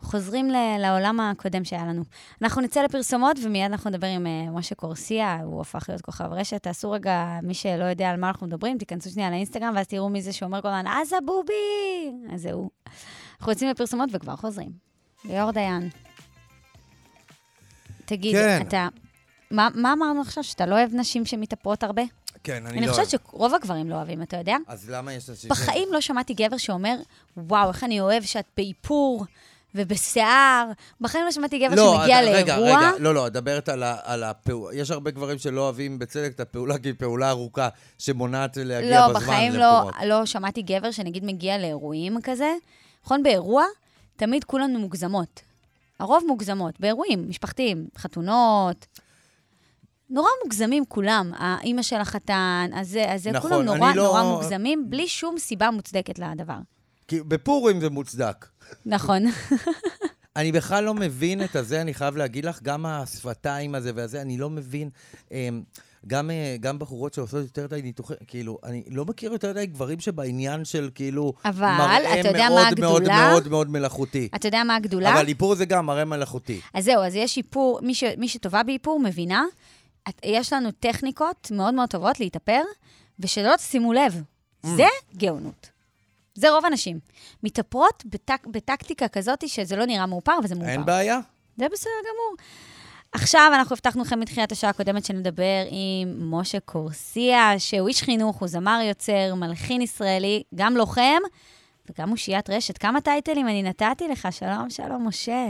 Speaker 4: חוזרים ל- לעולם הקודם שהיה לנו. אנחנו נצא לפרסומות ומיד אנחנו נדבר עם אה, משה קורסיה, הוא הפך להיות כוכב רשת. תעשו רגע, מי שלא יודע על מה אנחנו מדברים, תיכנסו שנייה לאינסטגרם ואז תראו מי זה שאומר כל הזמן, עזה בובי! אז זה הוא. אנחנו יוצאים לפרסומות וכבר חוזרים. ליאור דיין. תגיד,
Speaker 3: כן.
Speaker 4: אתה... מה, מה אמרנו עכשיו? שאתה לא אוהב נשים שמתאפרות הרבה? אני,
Speaker 3: כן, אני
Speaker 4: אני
Speaker 3: לא...
Speaker 4: חושבת
Speaker 3: אוהב.
Speaker 4: שרוב הגברים לא אוהבים, אתה יודע?
Speaker 3: אז למה יש אנשים... ש-
Speaker 4: בחיים לא שמעתי גבר שאומר, וואו, איך אני אוהב שאת באיפור ובשיער. בחיים לא שמעתי גבר
Speaker 3: לא,
Speaker 4: שמגיע
Speaker 3: אתה- רגע,
Speaker 4: לאירוע.
Speaker 3: רגע, לא, לא, את מדברת על, ה- על הפעולה. יש הרבה גברים שלא אוהבים בצדק את הפעולה, כי היא פעולה ארוכה שמונעת להגיע
Speaker 4: לא,
Speaker 3: בזמן
Speaker 4: בחיים לא,
Speaker 3: למקומות.
Speaker 4: לא שמעתי גבר שנגיד מגיע לאירועים כזה. נכון, באירוע תמיד כולנו מוגזמות. הרוב מוגזמות, באירועים, משפחתיים, חתונות. נורא מוגזמים כולם, האימא של החתן, הזה, הזה,
Speaker 3: נכון,
Speaker 4: כולם נורא
Speaker 3: אני לא-
Speaker 4: נורא מוגזמים, בלי שום סיבה מוצדקת לדבר.
Speaker 3: כי בפורים זה מוצדק.
Speaker 4: נכון. [LAUGHS]
Speaker 3: אני בכלל לא מבין את הזה, אני חייב להגיד לך, גם השפתיים הזה והזה, אני לא מבין. אמ, גם, אה, גם בחורות שעושות יותר מדי ניתוחים, כאילו, אני לא מכיר יותר מדי גברים שבעניין של כאילו,
Speaker 4: אבל,
Speaker 3: מראה
Speaker 4: אתה יודע
Speaker 3: מאוד,
Speaker 4: מה
Speaker 3: מאוד
Speaker 4: הגדולה?
Speaker 3: מאוד מאוד מלאכותי.
Speaker 4: אתה יודע מה הגדולה?
Speaker 3: אבל איפור זה גם מראה מלאכותי.
Speaker 4: אז זהו, אז יש איפור, מי, ש, מי שטובה באיפור מבינה, את, יש לנו טכניקות מאוד מאוד טובות להתאפר, ושלא תשימו לב,
Speaker 3: Mm.
Speaker 4: זה גאונות. זה רוב הנשים. מתאפרות בטק, בטקטיקה כזאת שזה לא נראה מאופר, וזה מאופר.
Speaker 3: אין בעיה?
Speaker 4: זה בסדר גמור. עכשיו, אנחנו הבטחנו לכם מתחילת השעה הקודמת שנדבר עם משה קורסיה, שהוא איש חינוך, הוא זמר יוצר, מלחין ישראלי, גם לוחם, וגם אושיית רשת. כמה טייטלים אני נתתי לך? שלום, שלום, משה.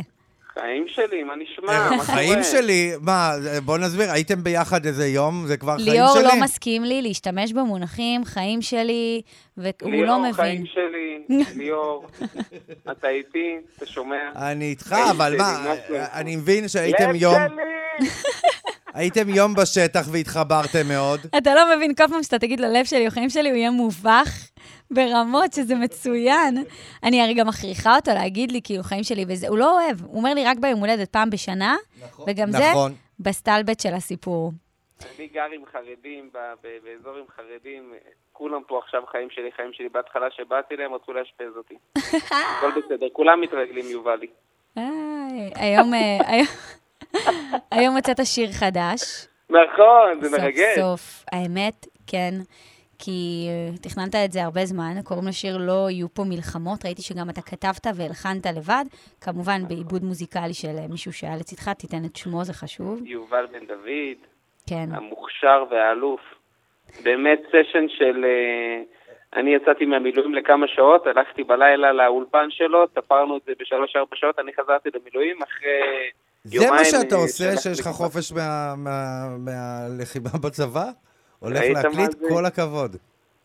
Speaker 5: חיים שלי, מה נשמע? מה קורה?
Speaker 3: אה, חיים שלי, מה, בוא נסביר, הייתם ביחד איזה יום, זה כבר חיים שלי?
Speaker 4: ליאור לא מסכים לי להשתמש במונחים חיים שלי, והוא לא
Speaker 5: ליאור,
Speaker 4: מבין.
Speaker 5: חיים
Speaker 4: [LAUGHS]
Speaker 5: שלי, ליאור, אתה איתי, אתה שומע?
Speaker 3: אני איתך,
Speaker 5: חיים
Speaker 3: אבל
Speaker 5: שלי, [LAUGHS]
Speaker 3: מה,
Speaker 5: מה זה?
Speaker 3: אני מבין שהייתם אה, יום, הייתם יום בשטח והתחברתם מאוד.
Speaker 4: אתה לא מבין, כל פעם שאתה תגיד לו לב שלי או חיים שלי, הוא יהיה מובך ברמות שזה מצוין. אני הרי גם מכריחה אותו להגיד לי, כאילו, חיים שלי וזה, הוא לא אוהב. הוא אומר לי רק ביום הולדת פעם בשנה, וגם זה
Speaker 3: נכון.
Speaker 4: בסטלבט של הסיפור.
Speaker 5: אני גר עם חרדים, ב- ב- באזור עם חרדים, כולם פה עכשיו חיים שלי, חיים שלי. בהתחלה שבאתי אליהם, רצו לאשפז
Speaker 4: [LAUGHS]
Speaker 5: אותי. הכל בסדר, כולם מתרגלים, יובלי.
Speaker 4: היי, היום, אה, [LAUGHS] היום- היום מצאת שיר חדש.
Speaker 5: נכון, זה
Speaker 4: סוף
Speaker 5: מרגש.
Speaker 4: סוף. האמת, כן. כי אה, תכננת את זה הרבה זמן, קוראים לשיר לא יהיו פה מלחמות, ראיתי שגם אתה כתבת והלחנת לבד, כמובן בעיבוד מוזיקלי של אה, מישהו שהיה לצדך, תיתן את שמו, זה חשוב.
Speaker 5: יובל בן דוד,
Speaker 4: כן.
Speaker 5: המוכשר והאלוף. באמת סשן של... אה, אני יצאתי מהמילואים לכמה שעות, הלכתי בלילה לאולפן שלו, ספרנו את זה בשלוש-ארבע שעות, אני חזרתי למילואים אחרי
Speaker 3: זה
Speaker 5: יומיים...
Speaker 3: מה שאתה
Speaker 5: אה,
Speaker 3: עושה,
Speaker 5: שהלכתי
Speaker 3: שיש לך
Speaker 5: לכיוון-
Speaker 3: חופש מה- מה- מהלחימה בצבא? הולך
Speaker 5: ראית מה
Speaker 3: להקליט?
Speaker 5: זה?
Speaker 3: כל הכבוד.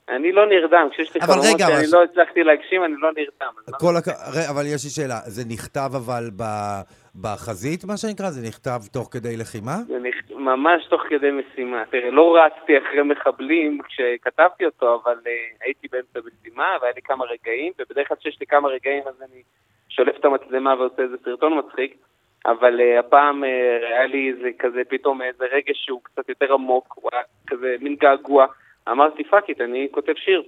Speaker 5: אני לא נרדם, כשיש לי
Speaker 3: אבל
Speaker 5: חלומות
Speaker 3: רגע,
Speaker 5: שאני
Speaker 3: אבל-
Speaker 5: לא הצלחתי להגשים, אני לא נרדם. אז מה
Speaker 3: כל הכ... ר- אבל יש לי שאלה, זה נכתב אבל ב... בחזית, מה שנקרא? זה נכתב תוך כדי לחימה?
Speaker 5: זה נכ- ממש תוך כדי משימה. תראה, לא רצתי אחרי מחבלים כשכתבתי אותו, אבל uh, הייתי באמצע משימה, והיה לי כמה רגעים, ובדרך כלל כשיש לי כמה רגעים אז אני שולף את המצלמה ועושה איזה סרטון מצחיק, אבל uh, הפעם uh, היה לי איזה כזה, פתאום איזה רגש שהוא קצת יותר עמוק, הוא היה כזה מין געגוע. אמרתי, פאק איט, אני כותב שיר.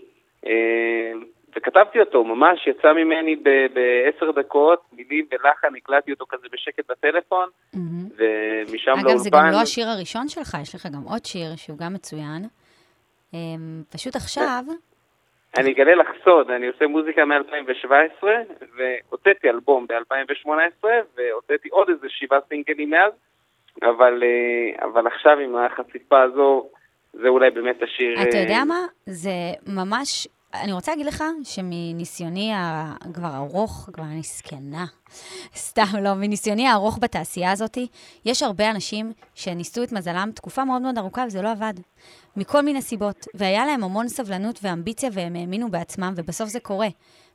Speaker 5: אה, וכתבתי אותו, ממש יצא ממני ב- בעשר דקות, מילים ולחן, הקלטתי אותו כזה בשקט בטלפון,
Speaker 4: מהמם.
Speaker 5: ומשם לאולפן.
Speaker 4: אגב, זה גם לא השיר הראשון שלך, יש לך גם עוד שיר שהוא גם מצוין. אמ, פשוט עכשיו,
Speaker 5: אני אגלה לך סוד, אני עושה מוזיקה מ-2017, והוצאתי אלבום ב-2018, והוצאתי עוד איזה שבעה סינגלים מאז, אבל, אה, אבל עכשיו עם החשיפה הזו, זה אולי באמת השיר...
Speaker 4: אתה
Speaker 5: אה,
Speaker 4: יודע מה? זה ממש... אני רוצה להגיד לך שמניסיוני ה- כבר ארוך, כבר אני זקנה, סתם לא, מניסיוני הארוך בתעשייה הזאת, יש הרבה אנשים שניסו את מזלם תקופה מאוד מאוד ארוכה וזה לא עבד. מכל מיני סיבות, והיה להם המון סבלנות ואמביציה והם האמינו בעצמם, ובסוף זה קורה.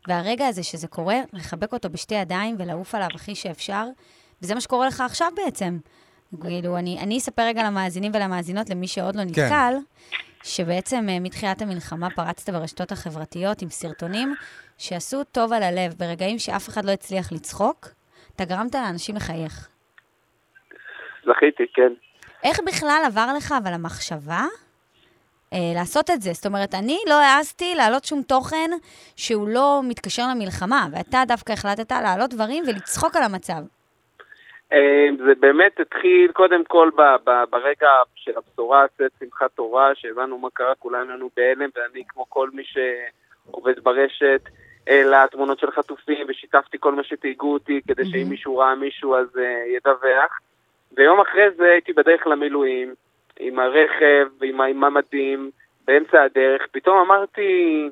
Speaker 4: והרגע הזה שזה קורה, לחבק אותו בשתי ידיים ולעוף עליו הכי שאפשר, וזה מה שקורה לך עכשיו בעצם. כאילו, אני, אני אספר רגע למאזינים ולמאזינות, למי שעוד לא
Speaker 3: כן.
Speaker 4: נתקל, שבעצם אה, מתחילת המלחמה פרצת ברשתות החברתיות עם סרטונים שעשו טוב על הלב ברגעים שאף אחד לא הצליח לצחוק, אתה גרמת לאנשים לחייך.
Speaker 5: זכיתי, כן.
Speaker 4: איך בכלל עבר לך, אבל המחשבה, אה, לעשות את זה? זאת אומרת, אני לא העזתי להעלות שום תוכן שהוא לא מתקשר למלחמה, ואתה דווקא החלטת להעלות דברים ולצחוק על המצב.
Speaker 5: אה, זה באמת התחיל קודם כל ב- ב- ברגע של הבשורה, צאת שמחת תורה, שהבנו מה קרה, כולנו היינו בהלם, ואני כמו כל מי שעובד ברשת, העלה תמונות של חטופים, ושיתפתי כל מה שתהיגו אותי, כדי שאם מישהו ראה מישהו אז אה, ידווח. ויום אחרי זה הייתי בדרך למילואים, עם הרכב, עם ה- עם המדים, באמצע הדרך, פתאום אמרתי,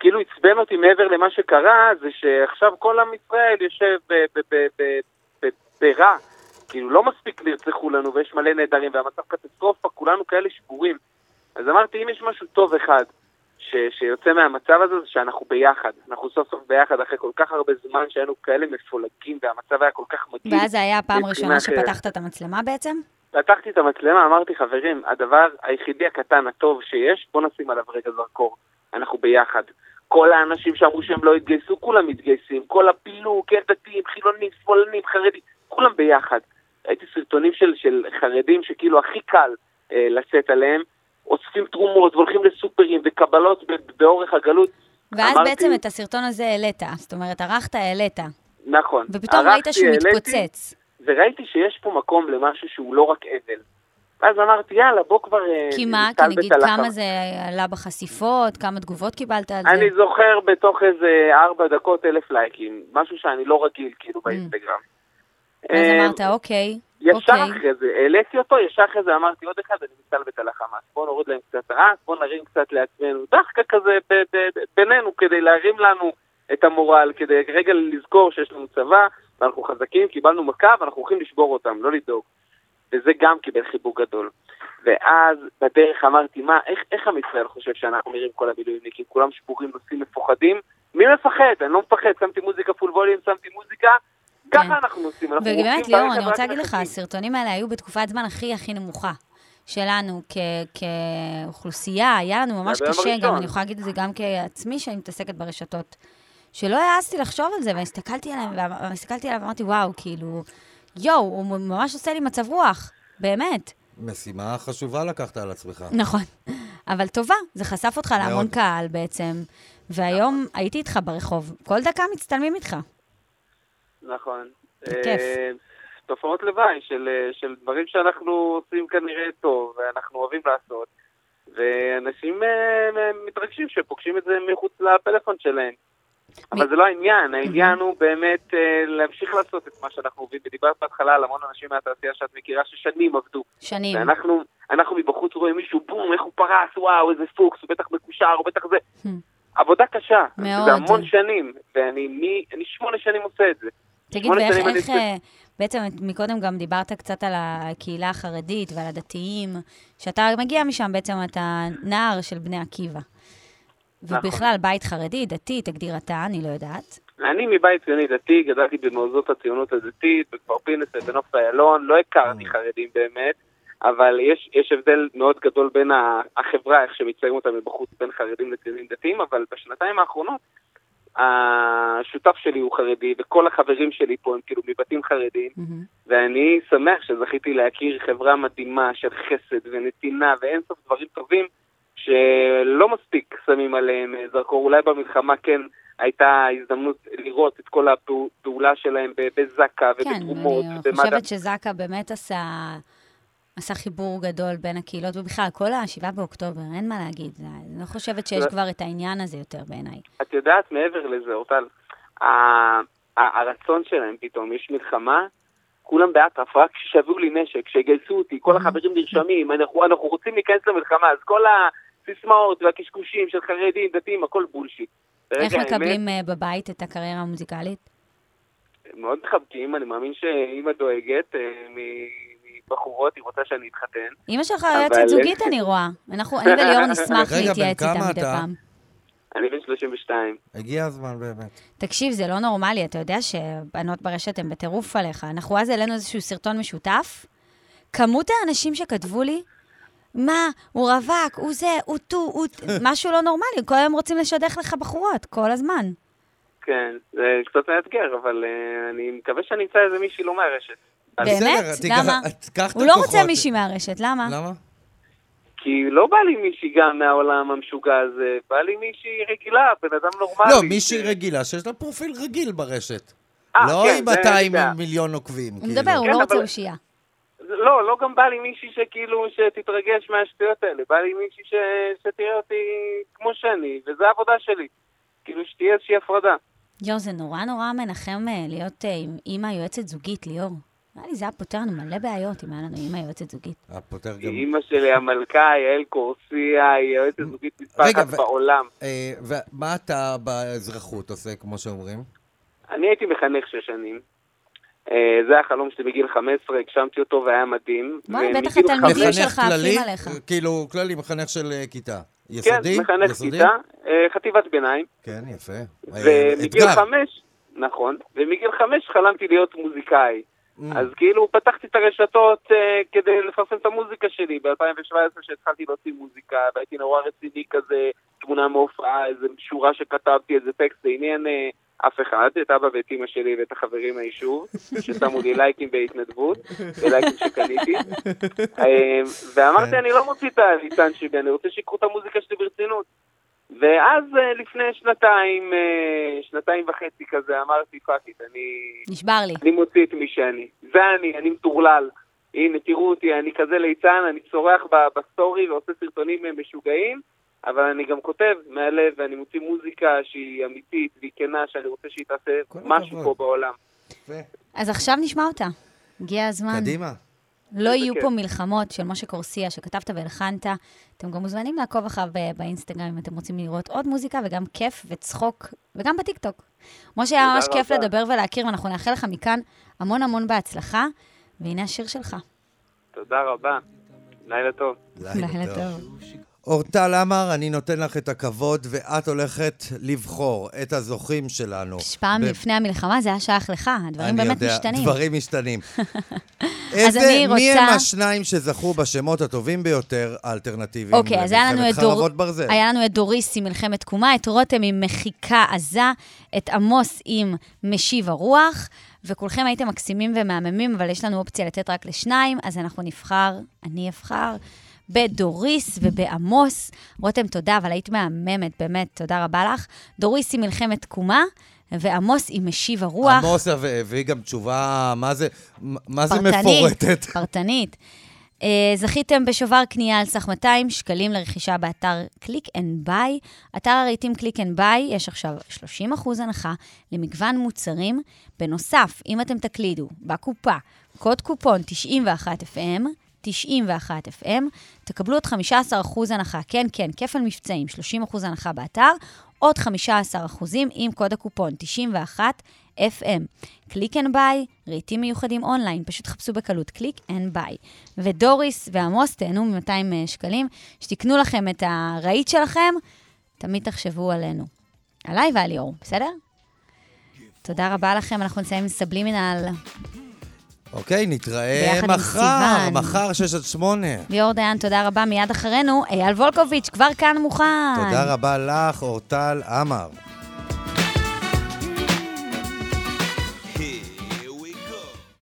Speaker 5: כאילו עצבן אותי מעבר למה שקרה, זה שעכשיו כל עם ישראל יושב ב- ב- ב- ב- ב- ברע. כאילו, לא מספיק נרצחו לנו, ויש מלא נעדרים, והמצב קטסטרופה, כולנו כאלה שבורים. אז אמרתי, אם יש משהו טוב אחד ש, שיוצא מהמצב הזה, זה שאנחנו ביחד. אנחנו סוף סוף ביחד, אחרי כל כך הרבה זמן שהיינו כאלה מפולגים, והמצב היה כל כך מגעיל.
Speaker 4: ואז זה
Speaker 5: [LAUGHS]
Speaker 4: היה הפעם הראשונה
Speaker 5: מבחינת, אה,
Speaker 4: שפתחת את המצלמה בעצם?
Speaker 5: פתחתי את המצלמה, אמרתי, חברים, הדבר היחידי הקטן הטוב שיש, בואו נשים עליו רגע זרקור. אנחנו ביחד. כל האנשים שאמרו שהם לא התגייסו, כולם מתגייסים. כל הפילוג, כן דתיים, חילונים, שמאלנים, חרדים, כולם ביחד. ראיתי סרטונים של, של חרדים שכאילו הכי קל אה, לצאת עליהם, אוספים תרומות והולכים לסופרים וקבלות ב- באורך הגלות.
Speaker 4: ואז
Speaker 5: אמרתי,
Speaker 4: בעצם את הסרטון הזה העלית, זאת אומרת, ערכת, העלית,
Speaker 5: נכון.
Speaker 4: ופתאום ראית
Speaker 5: ערכתי,
Speaker 4: שהוא
Speaker 5: העליתי, אה,
Speaker 4: מתפוצץ.
Speaker 5: וראיתי שיש פה מקום למשהו שהוא לא רק אבל. אז אמרתי, יאללה, בוא כבר... אה,
Speaker 4: כי מה, כי
Speaker 5: נתלבט
Speaker 4: נגיד
Speaker 5: על
Speaker 4: כמה
Speaker 5: החמה."
Speaker 4: זה עלה בחשיפות, כמה תגובות קיבלת על זה?
Speaker 5: אני זוכר בתוך איזה ארבע דקות אלף לייקים, משהו שאני לא רגיל כאילו באינסטגרם.
Speaker 4: Mm. אז
Speaker 5: אה,
Speaker 4: אמרת, אוקיי,
Speaker 5: ישר
Speaker 4: אוקיי.
Speaker 5: אחרי זה, העליתי אותו, ישר אחרי זה אמרתי עוד אחד, אני מסתלבט על החמאס. בוא נוריד להם קצת האף, בוא נרים קצת לעצמנו, דחקה כזה ב- ב- ב- בינינו כדי להרים לנו את המורל, כדי רגע לזכור שיש לנו צבא, ואנחנו חזקים, קיבלנו מכה ואנחנו הולכים לשבור אותם, לא לדאוג. וזה גם קיבל חיבוק גדול. ואז בדרך אמרתי, מה, איך, איך עם ישראל חושב שאנחנו נראים כל המילואימניקים? כולם שבורים, נוסעים, מפוחדים? מי מפחד? אני לא מפחד, שמתי מוזיקה פול ווליום, שמתי מוזיקה,
Speaker 4: כן.
Speaker 5: ככה אנחנו עושים, אנחנו
Speaker 4: ובאמת,
Speaker 5: רוצים
Speaker 4: ליאור,
Speaker 5: ברכב
Speaker 4: אני
Speaker 5: רק
Speaker 4: רוצה להגיד לך,
Speaker 5: מחכים.
Speaker 4: הסרטונים האלה היו בתקופת זמן הכי הכי נמוכה שלנו כ- כאוכלוסייה, היה לנו ממש
Speaker 5: זה היה ביום
Speaker 4: קשה, גם
Speaker 5: הראשון.
Speaker 4: אני יכולה להגיד את זה גם כעצמי, שאני מתעסקת ברשתות. שלא העזתי לחשוב על זה, והסתכלתי עליהם, ואמ- הסתכלתי עליו ואמרתי, וואו, כאילו, יואו, הוא ממש עושה לי מצב רוח, באמת. [LAUGHS]
Speaker 3: משימה חשובה לקחת על עצמך.
Speaker 4: נכון. אבל טובה, זה חשף אותך להמון
Speaker 3: מאוד.
Speaker 4: קהל בעצם, והיום הייתי איתך ברחוב, כל דקה מצטלמים איתך.
Speaker 5: נכון.
Speaker 4: בכיף.
Speaker 5: אה, תופעות לוואי של, אה, של דברים שאנחנו עושים כנראה טוב, ואנחנו אוהבים לעשות, ואנשים אה, אה, מתרגשים שפוגשים את זה מחוץ לפלאפון שלהם. אבל
Speaker 4: מי-
Speaker 5: זה לא העניין,
Speaker 4: [CLEARS THROAT]
Speaker 5: העניין הוא באמת אה, להמשיך לעשות את מה שאנחנו עובדים, ודיברת בהתחלה על המון אנשים מהתעשייה שאת מכירה ששנים עבדו,
Speaker 4: שנים.
Speaker 5: ואנחנו אנחנו מבחוץ רואים מישהו, בום, איך הוא פרס, וואו, איזה פוקס, הוא בטח מקושר, הוא בטח זה.
Speaker 4: Hmm.
Speaker 5: עבודה קשה,
Speaker 4: מאוד.
Speaker 5: זה המון שנים, ואני מי- אני שמונה שנים עושה את זה.
Speaker 4: תגיד,
Speaker 5: שמונה
Speaker 4: ואיך,
Speaker 5: שנים אני
Speaker 4: איך,
Speaker 5: עושה-
Speaker 4: אה, בעצם את- מקודם גם דיברת קצת על הקהילה החרדית ועל הדתיים, שאתה מגיע משם בעצם, אתה נער של בני עקיבא.
Speaker 5: נכון.
Speaker 4: ובכלל, בית חרדי, דתי, תגדיר אתה, אני לא יודעת.
Speaker 5: אני מבית ציוני דתי, גדלתי במוסדות הציונות הדתית, בכפר פינס ובנוף איילון, לא
Speaker 4: Hmm.
Speaker 5: הכרתי חרדים באמת, אבל יש, יש הבדל מאוד גדול בין ה- החברה, איך שמציירים אותה מבחוץ, בין חרדים לציונים דתיים, אבל בשנתיים האחרונות השותף שלי הוא חרדי, וכל החברים שלי פה הם כאילו מבתים חרדיים,
Speaker 4: מהמם.
Speaker 5: ואני שמח שזכיתי להכיר חברה מדהימה של חסד ונתינה ואין סוף דברים טובים שלא מספיק שמים עליהם אה, זרקור. אולי במלחמה כן הייתה הזדמנות לראות את כל הפעולה שלהם ב- בזק"א
Speaker 4: כן,
Speaker 5: ובתרומות
Speaker 4: אני
Speaker 5: ובמד"א.
Speaker 4: חושבת שזק"א באמת עשה, עשה חיבור גדול בין הקהילות, ובכלל, כל ה-7 באוקטובר, אין מה להגיד. אני לא חושבת שיש
Speaker 5: לא.
Speaker 4: כבר את העניין הזה יותר בעיניי.
Speaker 5: את יודעת מעבר לזה, אורטל, ה- ה- הרצון שלהם פתאום, יש מלחמה, כולם באטרף, רק שיביאו לי נשק, שיגייסו אותי,
Speaker 4: Mm-hmm.
Speaker 5: כל החברים נרשמים, אנחנו, אנחנו רוצים להיכנס למלחמה, אז כל הסיסמאות והקשקושים של חרדים, דתיים, הכל בולשיט.
Speaker 4: איך
Speaker 5: ברגע האמת,
Speaker 4: מקבלים אה, בבית את הקריירה המוזיקלית?
Speaker 5: מאוד מחבקים, אני מאמין שאימא דואגת אה, מ- מבחורות, היא רוצה שאני אתחתן.
Speaker 4: אמא שלך לא
Speaker 5: אבל-
Speaker 4: יועצת זוגית, אני רואה. אנחנו, אני וליאור נשמח
Speaker 3: רגע, בן
Speaker 4: להתייעץ
Speaker 3: כמה
Speaker 4: איתה מדי
Speaker 3: אתה?
Speaker 4: פעם.
Speaker 5: אני בן 32.
Speaker 3: הגיע הזמן באמת.
Speaker 4: תקשיב, זה לא נורמלי, אתה יודע שבנות ברשת הן בטירוף עליך. אנחנו אז העלינו איזשהו סרטון משותף. כמות האנשים שכתבו לי, מה, הוא רווק, הוא זה, הוא טו, הוא... ט-" משהו לא נורמלי, כל היום רוצים לשדך לך בחורות, כל הזמן.
Speaker 5: כן, זה קצת מאתגר, אבל אה, אני מקווה שאני אמצא איזה מישהי לא מהרשת. אז-
Speaker 4: באמת?
Speaker 3: בסדר, תיקח-
Speaker 4: למה?
Speaker 3: תיקח את
Speaker 4: הוא לא
Speaker 3: הכוחות.
Speaker 4: רוצה מישהי מהרשת, למה?
Speaker 3: למה?
Speaker 5: כי לא בא לי מישהי גם מהעולם המשוגע הזה, בא לי מישהי רגילה, בן אדם נורמלי.
Speaker 3: לא, מישהי רגילה שיש לה פרופיל רגיל ברשת.
Speaker 5: אה,
Speaker 3: לא
Speaker 5: כן,
Speaker 3: עם
Speaker 5: זה אני
Speaker 3: 200
Speaker 5: יודע.
Speaker 3: מיליון עוקבים,
Speaker 4: הוא
Speaker 3: כאילו.
Speaker 4: מדבר, הוא לא
Speaker 5: כן,
Speaker 4: רוצה
Speaker 5: אבל-
Speaker 4: אושייה.
Speaker 5: לא, לא גם בא לי מישהי שכאילו, שתתרגש מהשטויות האלה, בא לי מישהי ש... שתראה אותי כמו שאני, וזו העבודה שלי. כאילו שתהיה איזושהי הפרדה.
Speaker 4: יואו, זה נורא נורא מנחם אה, להיות אה, עם אימא יועצת זוגית, ליאור. נראה לי זה היה פותר לנו מלא בעיות אם היה לנו אימא יועצת זוגית.
Speaker 3: אה, פותר גם...
Speaker 5: אימא שלי המלכה, יעל קורסיה, היא יועצת זוגית מספר
Speaker 3: רגע,
Speaker 5: אחת
Speaker 3: ו-
Speaker 5: בעולם.
Speaker 3: אה, ומה אתה באזרחות עושה, כמו שאומרים?
Speaker 5: אני הייתי מחנך שש שנים. אה, זה החלום שלי בגיל 15, הגשמתי אותו והיה מדהים.
Speaker 4: וואי, בטח
Speaker 5: ומגיל
Speaker 4: התלמידים
Speaker 5: חמש-
Speaker 4: חברים שלך עפים
Speaker 3: כללי?
Speaker 4: עליך.
Speaker 3: כאילו, כללי, מחנך של אה, כיתה.
Speaker 5: כן,
Speaker 3: יסודי?
Speaker 5: מחנך
Speaker 3: יסודי?
Speaker 5: כיתה, אה, חטיבת ביניים.
Speaker 3: כן, יפה. אה,
Speaker 5: ומגיל
Speaker 3: אתגר.
Speaker 5: חמש, נכון, ומגיל חמש חלמתי להיות מוזיקאי.
Speaker 3: Mm.
Speaker 5: אז כאילו פתחתי את הרשתות אה, כדי לפרסם את המוזיקה שלי ב-2017 שהתחלתי להוציא מוזיקה והייתי נורא רציני כזה, תמונה מהופעה, איזה שורה שכתבתי, איזה טקסט, זה עניין אה, אף אחד, את אבא ואת אמא שלי ואת החברים מהיישוב, ששמו לי לייקים בהתנדבות, ולייקים
Speaker 3: [LAUGHS]
Speaker 5: שקניתי, אה,
Speaker 3: כן.
Speaker 5: ואמרתי אני לא מוציא את הליצן שלי, אני רוצה שיקחו את המוזיקה שלי ברצינות. ואז אה, לפני שנתיים, אה, שנתיים וחצי כזה, אמרתי, פאק איט, אני,
Speaker 4: נשבר לי.
Speaker 5: אני מוציא את מי שאני. זה אני, אני מטורלל. הנה, תראו אותי, אני כזה ליצן, אני צורח ב- בסטורי ועושה סרטונים אה, משוגעים, אבל אני גם כותב מהלב, ואני מוציא מוזיקה שהיא אמיתית והיא כנה, שאני רוצה שהיא תעשה
Speaker 3: כל
Speaker 5: משהו
Speaker 3: הכבוד.
Speaker 5: פה בעולם.
Speaker 3: יפה.
Speaker 4: אז עכשיו נשמע אותה. הגיע הזמן.
Speaker 3: קדימה.
Speaker 4: לא
Speaker 6: איזה
Speaker 4: יהיו
Speaker 6: כיף.
Speaker 4: פה מלחמות של משה קורסיה, שכתבת והלחנת. אתם גם מוזמנים לעקוב אחריו ב- באינסטגרם, אם אתם רוצים לראות עוד מוזיקה, וגם כיף וצחוק, וגם בטיקטוק. משה, היה
Speaker 6: תודה
Speaker 4: ממש כיף
Speaker 6: רבה.
Speaker 4: לדבר ולהכיר, ואנחנו נאחל לך מכאן המון המון בהצלחה, והנה השיר שלך.
Speaker 5: תודה רבה. לילה טוב.
Speaker 4: לילה טוב.
Speaker 3: אורטל עמר, אני נותן לך את הכבוד, ואת הולכת לבחור את הזוכים שלנו.
Speaker 4: פעם
Speaker 3: ב-
Speaker 4: לפני המלחמה זה היה שייך לך, הדברים באמת
Speaker 3: אני
Speaker 4: משתנים.
Speaker 3: יודע, דברים
Speaker 4: [LAUGHS]
Speaker 3: משתנים.
Speaker 4: אז
Speaker 3: מי
Speaker 4: אני רוצה...
Speaker 3: הם השניים שזכו בשמות הטובים ביותר האלטרנטיביים?
Speaker 4: אוקיי, אז היה לנו,
Speaker 3: למלחמת
Speaker 4: את דור...
Speaker 3: חרבות ברזל.
Speaker 4: היה לנו את דוריס עם מלחמת תקומה, את רותם עם מחיקה עזה, את עמוס עם משיב הרוח, וכולכם הייתם מקסימים ומהממים, אבל יש לנו אופציה לתת רק לשניים, אז אנחנו נבחר, אני אבחר, בדוריס ובעמוס. רותם, תודה, אבל היית מהממת, באמת, תודה רבה לך. דוריס עם מלחמת תקומה, ועמוס עם משיב הרוח.
Speaker 3: עמוס הביא הביא גם תשובה, מה זה, מה זה
Speaker 4: פרטנית,
Speaker 3: מפורטת.
Speaker 4: [LAUGHS] פרטנית. אה, זכיתם בשובר קנייה על סך 200 שקלים לרכישה באתר קליק אנד ביי. אתר הרהיטים קליק אנד ביי, יש עכשיו 30% הנחה למגוון מוצרים. בנוסף, אם אתם תקלידו בקופה קוד קופון 91FM, 91FM, תקבלו עוד 15% הנחה, כן, כן, כפל מבצעים, 30% הנחה באתר, עוד 15% עם קוד הקופון 91FM. קליק אנד ביי, רהיטים מיוחדים אונליין, פשוט חפשו בקלות קליק אנד ביי. ודוריס ועמוס תהנו מ-200 שקלים, שתקנו לכם את הרהיט שלכם, תמיד תחשבו עלינו. עליי ועל ליאור, בסדר? תודה רבה לכם, אנחנו נסיים עם סבלימינל.
Speaker 3: אוקיי, נתראה
Speaker 4: ביחד עם
Speaker 3: מחר,
Speaker 4: סיוון.
Speaker 3: מחר שש עד שמונה.
Speaker 4: ליאור דיין, תודה רבה. מיד אחרינו, אייל וולקוביץ' כבר כאן מוכן.
Speaker 3: תודה רבה לך, אורטל עמר.